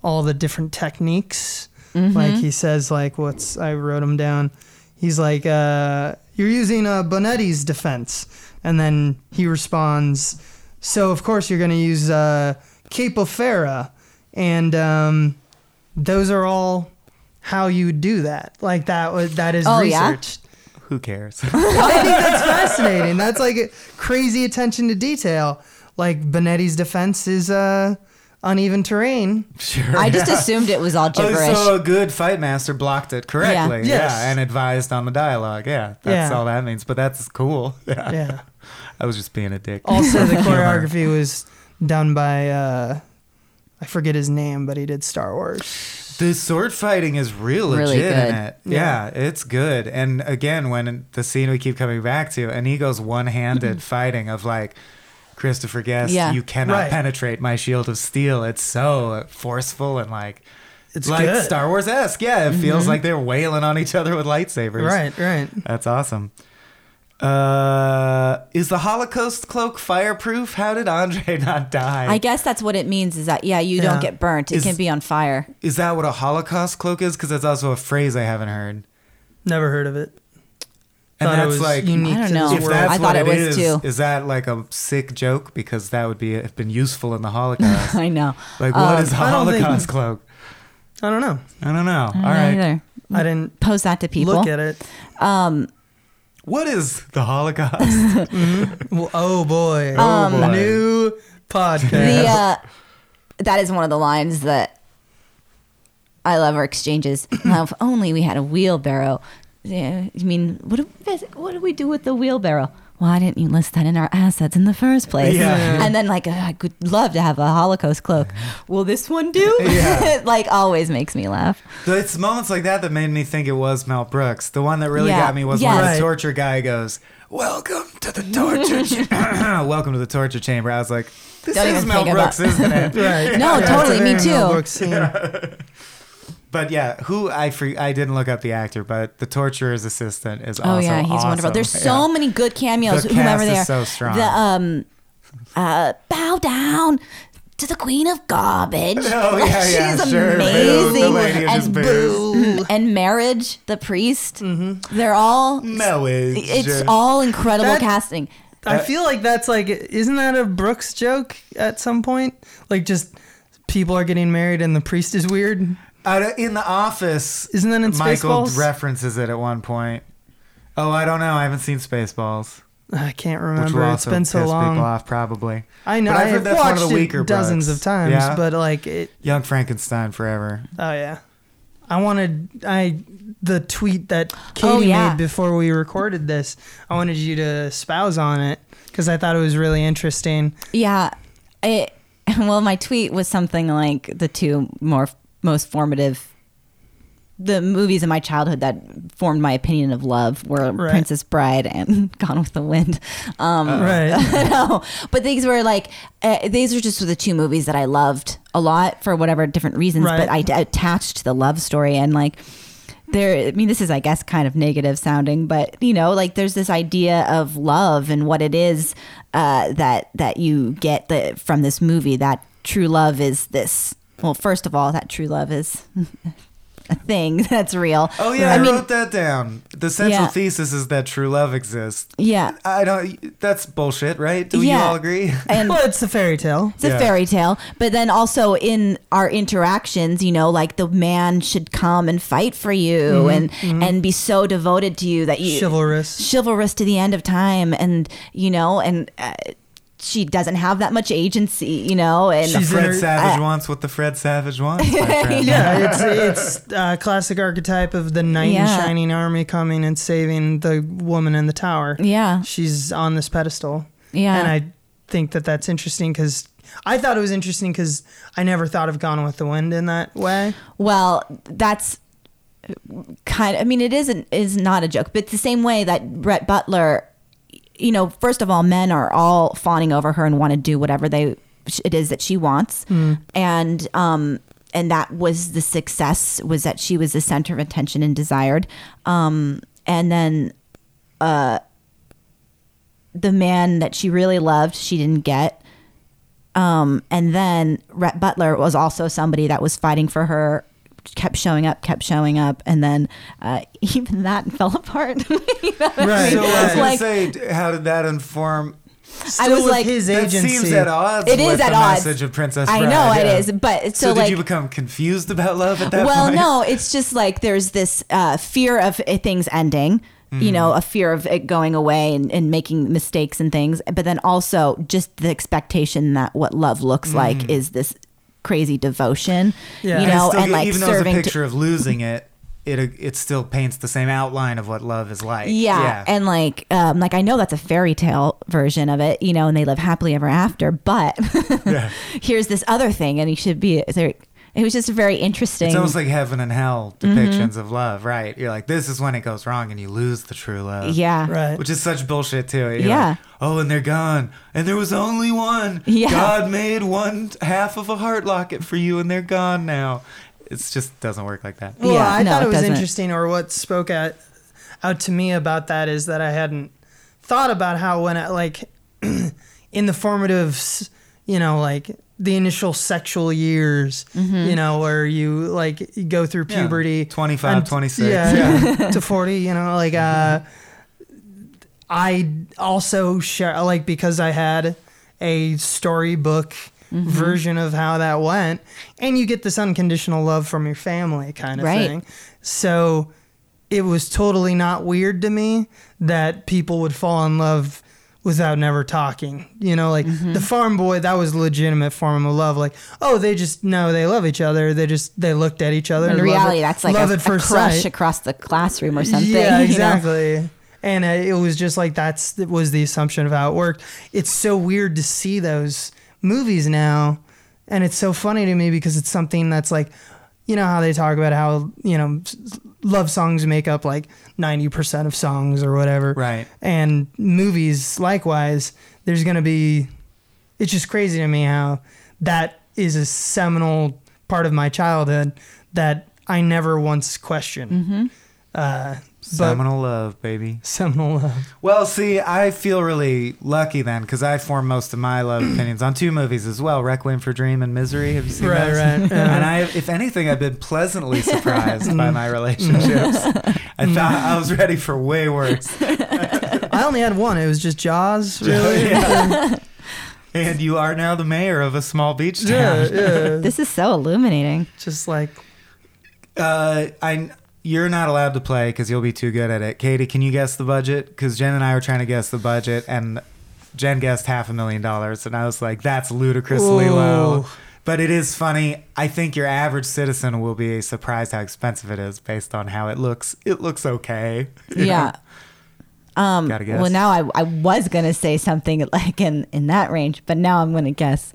Speaker 1: all the different techniques.
Speaker 4: Mm-hmm.
Speaker 1: Like he says, like what's I wrote him down. He's like, uh, "You're using uh, Bonetti's defense," and then he responds, "So of course you're going to use uh, Capofera, and um, those are all how you do that. Like that was that is
Speaker 4: Oh, yeah?
Speaker 1: researched.
Speaker 3: Who cares?
Speaker 1: I think that's fascinating. That's like crazy attention to detail. Like Bonetti's defense is uh, uneven terrain.
Speaker 3: sure.
Speaker 4: I just assumed it was all
Speaker 3: Oh,
Speaker 4: gibberish.
Speaker 3: so a good fight master blocked it correctly. Yeah.
Speaker 1: Yes.
Speaker 3: and advised on the dialogue. Yeah. That's
Speaker 1: Yeah.
Speaker 3: all that means. But that's cool. Yeah.
Speaker 1: Yeah.
Speaker 3: I was just being a dick.
Speaker 1: Also, the
Speaker 3: Humor.
Speaker 1: choreography was done by uh, I forget his name, but he did Star Wars.
Speaker 3: The sword fighting is real
Speaker 4: Really
Speaker 3: legit
Speaker 4: good.
Speaker 3: in it. Yeah. it's good. And again, when the scene we keep coming back to, and he goes one handed fighting of like, Christopher Guest,
Speaker 4: Yeah.
Speaker 3: you cannot
Speaker 1: Right.
Speaker 3: penetrate my shield of steel. It's so forceful and like,
Speaker 1: It's
Speaker 3: like
Speaker 1: good.
Speaker 3: Star Wars esque. Yeah, it feels like they're wailing on each other with lightsabers.
Speaker 1: Right, right.
Speaker 3: That's awesome. Uh, is the Holocaust cloak fireproof? How did Andre not die?
Speaker 4: I guess that's what it means is that yeah, you
Speaker 1: Yeah.
Speaker 4: don't get burnt. It
Speaker 3: Is-
Speaker 4: can be on fire.
Speaker 3: is that what a Holocaust cloak is? Because that's also a phrase I haven't heard.
Speaker 1: Never heard of it.
Speaker 3: And
Speaker 1: Thought it
Speaker 3: that's
Speaker 1: was
Speaker 3: like,
Speaker 1: unique
Speaker 4: I don't
Speaker 1: to
Speaker 4: know.
Speaker 1: this
Speaker 3: if
Speaker 4: Oh,
Speaker 1: world.
Speaker 3: that's
Speaker 4: I
Speaker 3: what
Speaker 4: thought it was
Speaker 3: is,
Speaker 4: too.
Speaker 3: is that like a sick joke? Because that would be have been useful in the Holocaust.
Speaker 4: I know.
Speaker 3: like,
Speaker 4: Um,
Speaker 3: what is a
Speaker 1: I don't think-
Speaker 3: Holocaust cloak?
Speaker 1: I don't know.
Speaker 3: I don't know.
Speaker 4: I don't
Speaker 3: All
Speaker 4: know
Speaker 3: right,
Speaker 4: either.
Speaker 1: I didn't
Speaker 4: Pose that to people.
Speaker 1: look at it.
Speaker 4: um,
Speaker 3: what is the Holocaust?
Speaker 1: Well, oh boy.
Speaker 3: Oh, boy.
Speaker 1: New podcast.
Speaker 4: Um, the uh, that is one of the lines that I love our exchanges. Now, if only we had a wheelbarrow. Yeah, I mean, what do, what do we do with the wheelbarrow? why didn't you list that in our assets in the first place?
Speaker 3: Yeah.
Speaker 4: And then like, "Ugh, I would love to have a Holocaust cloak. Will this one do?
Speaker 3: Yeah.
Speaker 4: like always makes me laugh.
Speaker 3: So it's moments like that that made me think it was Mel Brooks. The one that really
Speaker 4: Yeah.
Speaker 3: got me was
Speaker 4: Yes.
Speaker 3: when
Speaker 1: Right.
Speaker 3: the torture guy goes, "Welcome to the torture, cha- welcome to the torture chamber." I was like, "This
Speaker 4: Don't
Speaker 3: is
Speaker 4: even
Speaker 3: Mel
Speaker 4: think
Speaker 3: Brooks,
Speaker 4: about-
Speaker 3: isn't it?"
Speaker 1: Right.
Speaker 4: uh, No,
Speaker 1: it's
Speaker 4: totally,
Speaker 1: a
Speaker 4: me
Speaker 1: very Mel
Speaker 4: too.
Speaker 1: Brooks scene.
Speaker 3: But yeah, who I fre- I didn't look up the actor, but the torturer's assistant is
Speaker 4: Oh
Speaker 3: also
Speaker 4: yeah, he's wonderful.
Speaker 3: awesome.
Speaker 4: There's so
Speaker 3: Yeah.
Speaker 4: many good cameos.
Speaker 3: The
Speaker 4: whomever
Speaker 3: cast
Speaker 4: they
Speaker 3: is
Speaker 4: are,
Speaker 3: so strong.
Speaker 4: the um, uh, bow down to the queen of garbage.
Speaker 3: Oh, yeah,
Speaker 4: she's
Speaker 3: yeah, sure. Boo, the
Speaker 4: amazing.
Speaker 3: lady who just
Speaker 4: and boo, and marriage, the priest. They're all.
Speaker 3: Mm-hmm. Marriage.
Speaker 4: It's all incredible
Speaker 1: That-
Speaker 4: casting.
Speaker 1: I feel like that's like, isn't that a Brooks joke at some point? Like, just people are getting married and the priest is weird.
Speaker 3: I don't- in the office.
Speaker 1: Isn't that in
Speaker 3: Michael
Speaker 1: Spaceballs?
Speaker 3: references it at one point. Oh, I don't know. I haven't seen Spaceballs,
Speaker 1: I can't
Speaker 3: which will
Speaker 1: remember. It's
Speaker 3: also
Speaker 1: been so
Speaker 3: piss people
Speaker 1: long.
Speaker 3: off probably.
Speaker 1: I know.
Speaker 3: But I've
Speaker 1: I've
Speaker 3: heard that's one
Speaker 1: watched
Speaker 3: of the weaker
Speaker 1: it dozens
Speaker 3: Brooks.
Speaker 1: of times,
Speaker 3: Yeah.
Speaker 1: but like it.
Speaker 3: Young Frankenstein forever.
Speaker 1: Oh yeah. I wanted I the tweet that Katie
Speaker 4: Oh, yeah.
Speaker 1: made before we recorded this. I wanted you to spouse on it because I thought it was really interesting.
Speaker 4: Yeah. It, well, my tweet was something like the two more most formative the movies in my childhood that formed my opinion of love were
Speaker 1: Right.
Speaker 4: Princess Bride and Gone with the Wind. Um,
Speaker 1: Right.
Speaker 4: no, but these were like uh, these are just the two movies that I loved a lot for whatever different reasons.
Speaker 1: Right.
Speaker 4: But I d- attached to the love story and like there. I mean, this is I guess kind of negative sounding, but you know, like there's this idea of love and what it is uh, that that you get the, from this movie. That true love is this. Well, first of all, that true love is a thing that's real.
Speaker 3: Oh yeah, I,
Speaker 4: I mean-
Speaker 3: wrote that down. The central
Speaker 4: Yeah.
Speaker 3: thesis is that true love exists.
Speaker 4: Yeah.
Speaker 3: I don't. That's bullshit, right? Do you
Speaker 4: Yeah.
Speaker 3: all agree?
Speaker 4: And
Speaker 1: well, it's a fairy tale.
Speaker 4: It's
Speaker 3: Yeah.
Speaker 4: a fairy tale, but then also in our interactions, you know, like the man should come and fight for you and and be so devoted to you that you
Speaker 1: Chivalrous.
Speaker 4: chivalrous to the end of time, and you know, and uh, she doesn't have that much agency, you know, and
Speaker 1: She's
Speaker 3: Fred
Speaker 1: inter-
Speaker 3: Savage
Speaker 4: I-
Speaker 3: wants what the Fred Savage wants. my friend.
Speaker 1: Yeah, it's it's uh, classic archetype of the knight in
Speaker 4: Yeah.
Speaker 1: shining army coming and saving the woman in the tower.
Speaker 4: yeah,
Speaker 1: she's on this pedestal.
Speaker 4: Yeah.
Speaker 1: And I think that that's interesting because I thought it was interesting because I never thought of Gone with the Wind in that way.
Speaker 4: Well, that's kind of, I mean, it isn't, is not a joke, but the same way that Brett Butler, you know, first of all, men are all fawning over her and want to do whatever they, it is that she wants. And, um, and that was the success was that she was the center of attention and desired. Um, and then, uh, the man that she really loved, she didn't get. Um, and then Rhett Butler was also somebody that was fighting for her, kept showing up, kept showing up, and then uh, even that fell apart. You know?
Speaker 1: Right.
Speaker 3: So uh, I was gonna
Speaker 4: Like-
Speaker 3: say, d- how did that inform?
Speaker 1: Still
Speaker 4: was
Speaker 1: with
Speaker 4: like-
Speaker 1: his
Speaker 3: That
Speaker 1: agency.
Speaker 3: seems at odds.
Speaker 4: It is
Speaker 3: with
Speaker 4: at
Speaker 3: the
Speaker 4: odds.
Speaker 3: Message of Princess
Speaker 4: I
Speaker 3: Bride,
Speaker 4: know
Speaker 3: yeah.
Speaker 4: it is, but it's
Speaker 3: So,
Speaker 4: so,
Speaker 3: did
Speaker 4: like
Speaker 3: you become confused about love at that
Speaker 4: well,
Speaker 3: point?
Speaker 4: no, it's just like there's this uh, fear of uh, things ending, you know,
Speaker 3: Mm.
Speaker 4: a fear of it going away and, and making mistakes and things. But then also just the expectation that what love
Speaker 3: Mm.
Speaker 4: looks like is this crazy devotion,
Speaker 1: Yeah.
Speaker 4: you
Speaker 1: And
Speaker 3: I
Speaker 4: know,
Speaker 3: still
Speaker 4: and
Speaker 3: get-
Speaker 4: like
Speaker 3: even though it's a
Speaker 4: serving. To,
Speaker 3: picture of losing it, it it still paints the same outline of what love is like.
Speaker 4: yeah, and like, um, like I know that's a fairy tale version of it, you know, and they live happily ever after. But here's this other thing, and you should be there. It was just very interesting.
Speaker 3: it's almost like heaven and hell
Speaker 4: Mm-hmm.
Speaker 3: depictions of love, right? You're like, this is when it goes wrong and you lose the true love.
Speaker 4: yeah,
Speaker 1: Right.
Speaker 3: Which is such bullshit too. You're
Speaker 4: Yeah.
Speaker 3: like, oh, and they're gone, and there was only one.
Speaker 4: Yeah.
Speaker 3: God made one half of a heart locket for you, and they're gone now. It just doesn't work like that.
Speaker 1: Well,
Speaker 4: Yeah,
Speaker 1: I
Speaker 4: no,
Speaker 1: thought
Speaker 4: it
Speaker 1: it was
Speaker 4: doesn't.
Speaker 1: interesting, or what spoke at, out to me about that is that I hadn't thought about how when I like in the formative, s- you know, like the initial sexual years, you know, where you like you go through
Speaker 3: Yeah,
Speaker 1: puberty,
Speaker 3: 25, 26,
Speaker 1: yeah, to forty, you know, like uh, I also share like because I had a storybook. Version of how that went, and you get this unconditional love from your family, kind of kind of
Speaker 4: Right.
Speaker 1: thing. So it was totally not weird to me that people would fall in love without never talking. You know, like the farm boy, that was a legitimate form of love. Like, oh, they just know they love each other. They just they looked at each other.
Speaker 4: In
Speaker 1: Love
Speaker 4: reality,
Speaker 1: at-
Speaker 4: that's like
Speaker 1: love
Speaker 4: a,
Speaker 1: at
Speaker 4: a
Speaker 1: first
Speaker 4: crush
Speaker 1: sight.
Speaker 4: across the classroom or something.
Speaker 1: Yeah,
Speaker 4: you know?
Speaker 1: exactly. and uh, it was just like that's that was the assumption of how it worked. It's so weird to see those movies now, and it's so funny to me because it's something that's like, you know how they talk about how you know s- s- love songs make up like ninety percent of songs or whatever,
Speaker 3: Right.
Speaker 1: And movies likewise. There's gonna be, it's just crazy to me how that is a seminal part of my childhood that I never once questioned. Uh, but
Speaker 3: Seminal love, baby.
Speaker 1: seminal
Speaker 3: uh,
Speaker 1: love.
Speaker 3: Well, see, I feel really lucky then because I form most of my love opinions on two movies as well: Requiem for Dream and Misery. Have you seen
Speaker 1: Right,
Speaker 3: those?
Speaker 1: right, yeah.
Speaker 3: And I, if anything, I've been pleasantly surprised by my relationships. I thought I was ready for way worse.
Speaker 1: I only had one. It was just Jaws. Really?
Speaker 3: Yeah. and you are now the mayor of a small beach town.
Speaker 1: Yeah, yeah.
Speaker 4: This is so illuminating.
Speaker 1: Just like
Speaker 3: Uh, I you're not allowed to play because you'll be too good at it. Katie, can you guess the budget? Because Jen and I were trying to guess the budget, and Jen guessed half a million dollars, and I was like, that's ludicrously low.
Speaker 1: Ooh.
Speaker 3: But it is funny. I think your average citizen will be surprised how expensive it is based on how it looks. It looks okay.
Speaker 4: Yeah. Um,
Speaker 3: Gotta guess.
Speaker 4: well, now I, I was gonna say something like in in that range, but now I'm gonna guess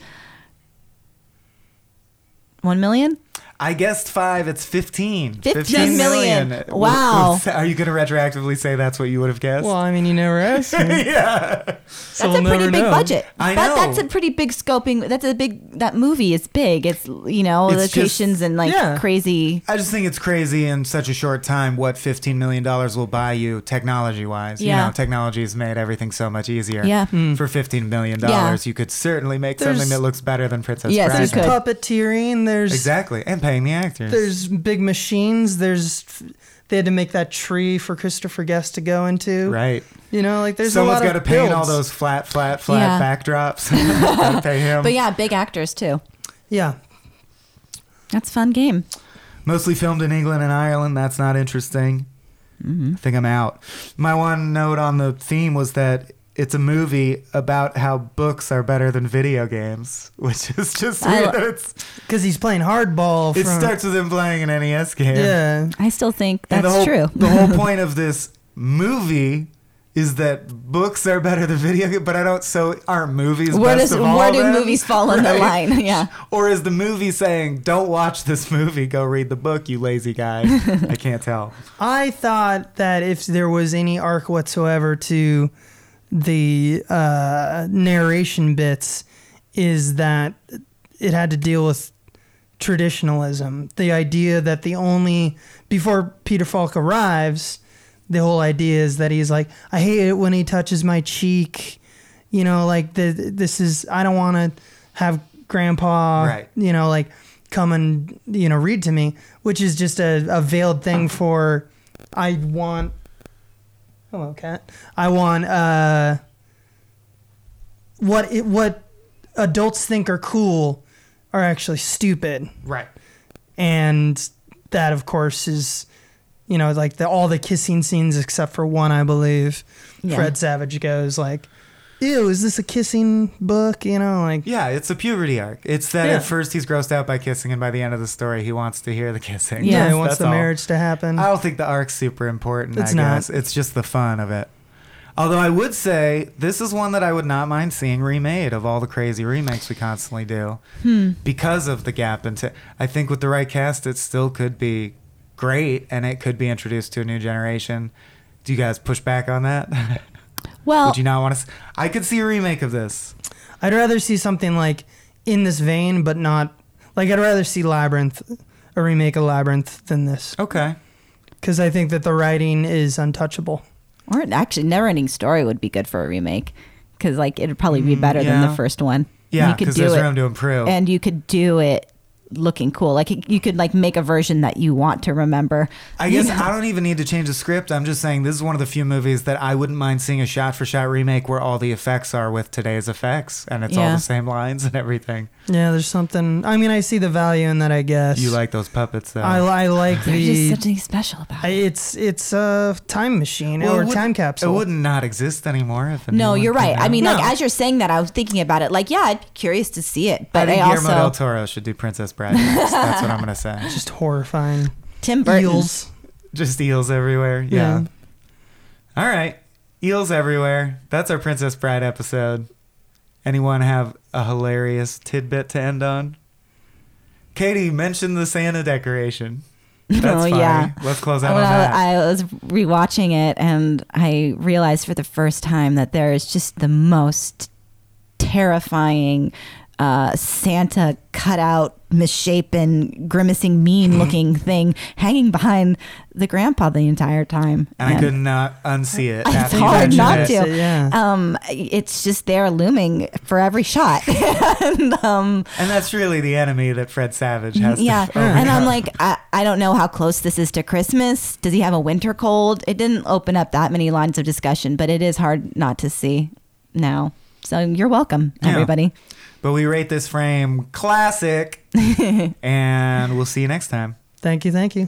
Speaker 4: one million.
Speaker 3: I guessed five. It's 15.
Speaker 4: 15
Speaker 3: million.
Speaker 4: million. Wow.
Speaker 3: Are you going to retroactively say that's what you would have guessed?
Speaker 1: well, I mean, you never asked. me,
Speaker 3: yeah.
Speaker 1: so
Speaker 4: that's
Speaker 1: we'll
Speaker 4: a pretty
Speaker 1: never
Speaker 4: big
Speaker 1: know.
Speaker 4: budget.
Speaker 3: I
Speaker 4: that,
Speaker 3: know.
Speaker 4: That's a pretty big scoping. That's a big. That movie is big. It's you know
Speaker 3: It's just-
Speaker 4: locations and like
Speaker 1: yeah.
Speaker 4: crazy.
Speaker 3: I just think it's crazy in such a short time what $15 million will buy you technology wise.
Speaker 4: Yeah.
Speaker 3: You know, technology has made everything so much easier.
Speaker 4: Yeah.
Speaker 3: For $15 million,
Speaker 4: Yeah.
Speaker 3: you could certainly make
Speaker 1: There's-
Speaker 3: something that looks better than Princess
Speaker 4: Yes,
Speaker 3: Bride.
Speaker 4: you could.
Speaker 1: Puppeteering. There's
Speaker 3: Exactly. And paying the actors.
Speaker 1: there's big machines. There's they had to make that tree for Christopher Guest to go into.
Speaker 3: right.
Speaker 1: You know, like there's
Speaker 3: Someone's
Speaker 1: a lot
Speaker 3: got to
Speaker 1: of
Speaker 3: paint all
Speaker 1: builds.
Speaker 3: those flat, flat,
Speaker 4: Yeah.
Speaker 3: flat backdrops. gotta pay him.
Speaker 4: But yeah, big actors too.
Speaker 1: Yeah.
Speaker 4: That's a fun game.
Speaker 3: Mostly filmed in England and Ireland. That's not interesting.
Speaker 4: Mm-hmm.
Speaker 3: I think I'm out. My one note on the theme was that it's a movie about how books are better than video games, which is just
Speaker 4: I-
Speaker 3: weird. that it's,
Speaker 1: Because he's playing hardball.
Speaker 3: it
Speaker 1: from-
Speaker 3: starts with him playing an NES game.
Speaker 1: Yeah.
Speaker 4: I still think
Speaker 3: And
Speaker 4: that's
Speaker 3: the whole,
Speaker 4: true.
Speaker 3: the whole point of this movie is that books are better than video games, but I don't. So aren't movies?
Speaker 4: Where does
Speaker 3: best of all
Speaker 4: where do
Speaker 3: then?
Speaker 4: movies fall on the
Speaker 3: Right?
Speaker 4: line? Yeah.
Speaker 3: Or is the movie saying, "Don't watch this movie. Go read the book, you lazy guy"? I can't tell.
Speaker 1: I thought that if there was any arc whatsoever to the uh, narration bits, is that it had to deal with traditionalism. The idea that the only, before Peter Falk arrives, the whole idea is that he's like, I hate it when he touches my cheek. You know, like, the, this is, I don't want to have grandpa,
Speaker 3: Right.
Speaker 1: you know, like, come and, you know, read to me, which is just a, a veiled thing for, I want, hello, cat. I want, uh, what it, what adults think are cool are actually stupid
Speaker 3: Right.
Speaker 1: and that of course is you know like the all the kissing scenes except for one i believe
Speaker 4: Yeah.
Speaker 1: fred savage goes like ew is this a kissing book you know like
Speaker 3: Yeah, it's a puberty arc. It's that
Speaker 1: Yeah.
Speaker 3: at first he's grossed out by kissing, and by the end of the story, he wants to hear the kissing.
Speaker 4: Yeah.
Speaker 1: yeah, he
Speaker 4: Yes,
Speaker 1: wants
Speaker 3: That's
Speaker 1: the
Speaker 3: all.
Speaker 1: marriage to happen
Speaker 3: I don't think the arc's super important.
Speaker 1: It's
Speaker 3: I
Speaker 1: not.
Speaker 3: guess it's just the fun of it. Although I would say this is one that I would not mind seeing remade of all the crazy remakes we constantly do because of the gap. Into I think with the right cast, it still could be great, and it could be introduced to a new generation. Do you guys push back on that?
Speaker 4: Well,
Speaker 3: would you not want to? S- I could see a remake of this.
Speaker 1: i'd rather see something like in this vein but not like i'd rather see labyrinth a remake of labyrinth than this
Speaker 3: Okay.
Speaker 1: because i think that the writing is untouchable
Speaker 4: or an- actually, Neverending Story would be good for a remake because like it'd probably be better than
Speaker 3: Mm, yeah.
Speaker 4: the first one.
Speaker 3: Yeah,
Speaker 4: you could
Speaker 3: because
Speaker 4: do
Speaker 3: there's
Speaker 4: it,
Speaker 3: room to improve.
Speaker 4: and you could do it looking cool. Like it- you could like make a version that you want to remember.
Speaker 3: I
Speaker 4: You
Speaker 3: guess
Speaker 4: know?
Speaker 3: I don't even need to change the script. I'm just saying this is one of the few movies that I wouldn't mind seeing a shot for shot remake where all the effects are with today's effects and it's all
Speaker 4: Yeah.
Speaker 3: the same lines and everything.
Speaker 1: yeah there's something i mean i see the value in that i guess
Speaker 3: You like those puppets though.
Speaker 1: I, I like
Speaker 4: there's just
Speaker 1: the
Speaker 4: something special about
Speaker 1: I-
Speaker 4: it.
Speaker 1: it's it's a time machine
Speaker 3: Well, it
Speaker 1: or
Speaker 3: wouldn't-
Speaker 1: time
Speaker 3: It
Speaker 1: capsule.
Speaker 3: would not exist anymore if a new
Speaker 4: No,
Speaker 3: one
Speaker 4: you're right.
Speaker 3: came
Speaker 4: I
Speaker 3: out.
Speaker 4: mean,
Speaker 1: No.
Speaker 4: like as you're saying that, I was thinking about it. Like, yeah, I'd be curious to see it,
Speaker 3: I
Speaker 4: but I,
Speaker 3: think Guillermo del
Speaker 4: also
Speaker 3: Toro should do Princess Bride. next. That's what I'm gonna say.
Speaker 1: Just horrifying.
Speaker 4: Tim Burton.
Speaker 1: Eels.
Speaker 3: Just eels everywhere. Yeah.
Speaker 1: Yeah.
Speaker 3: All right. Eels everywhere. That's our Princess Bride episode. Anyone have a hilarious tidbit to end on? Katie mentioned the Santa decoration. That's
Speaker 4: Oh,
Speaker 3: funny.
Speaker 4: yeah.
Speaker 3: Let's close out on
Speaker 4: well,
Speaker 3: that.
Speaker 4: I was rewatching it and I realized for the first time that there is just the most terrifying uh, Santa cutout, misshapen, grimacing, mean looking thing hanging behind the grandpa the entire time.
Speaker 3: and I could not unsee it.
Speaker 4: It's
Speaker 3: after you
Speaker 4: hard
Speaker 3: mentioned
Speaker 4: not
Speaker 3: it.
Speaker 4: to.
Speaker 1: Yeah.
Speaker 4: Um, it's just there looming for every shot. and, um,
Speaker 3: And that's really the enemy that Fred Savage has.
Speaker 4: Mm-hmm. yeah.
Speaker 3: To,
Speaker 4: And I'm like, I, I don't know how close this is to Christmas. Does he have a winter cold? It didn't open up that many lines of discussion, but it is hard not to see now. So you're welcome,
Speaker 3: Yeah.
Speaker 4: everybody.
Speaker 3: but we rate this frame classic, and we'll see you next time.
Speaker 1: Thank you. Thank you.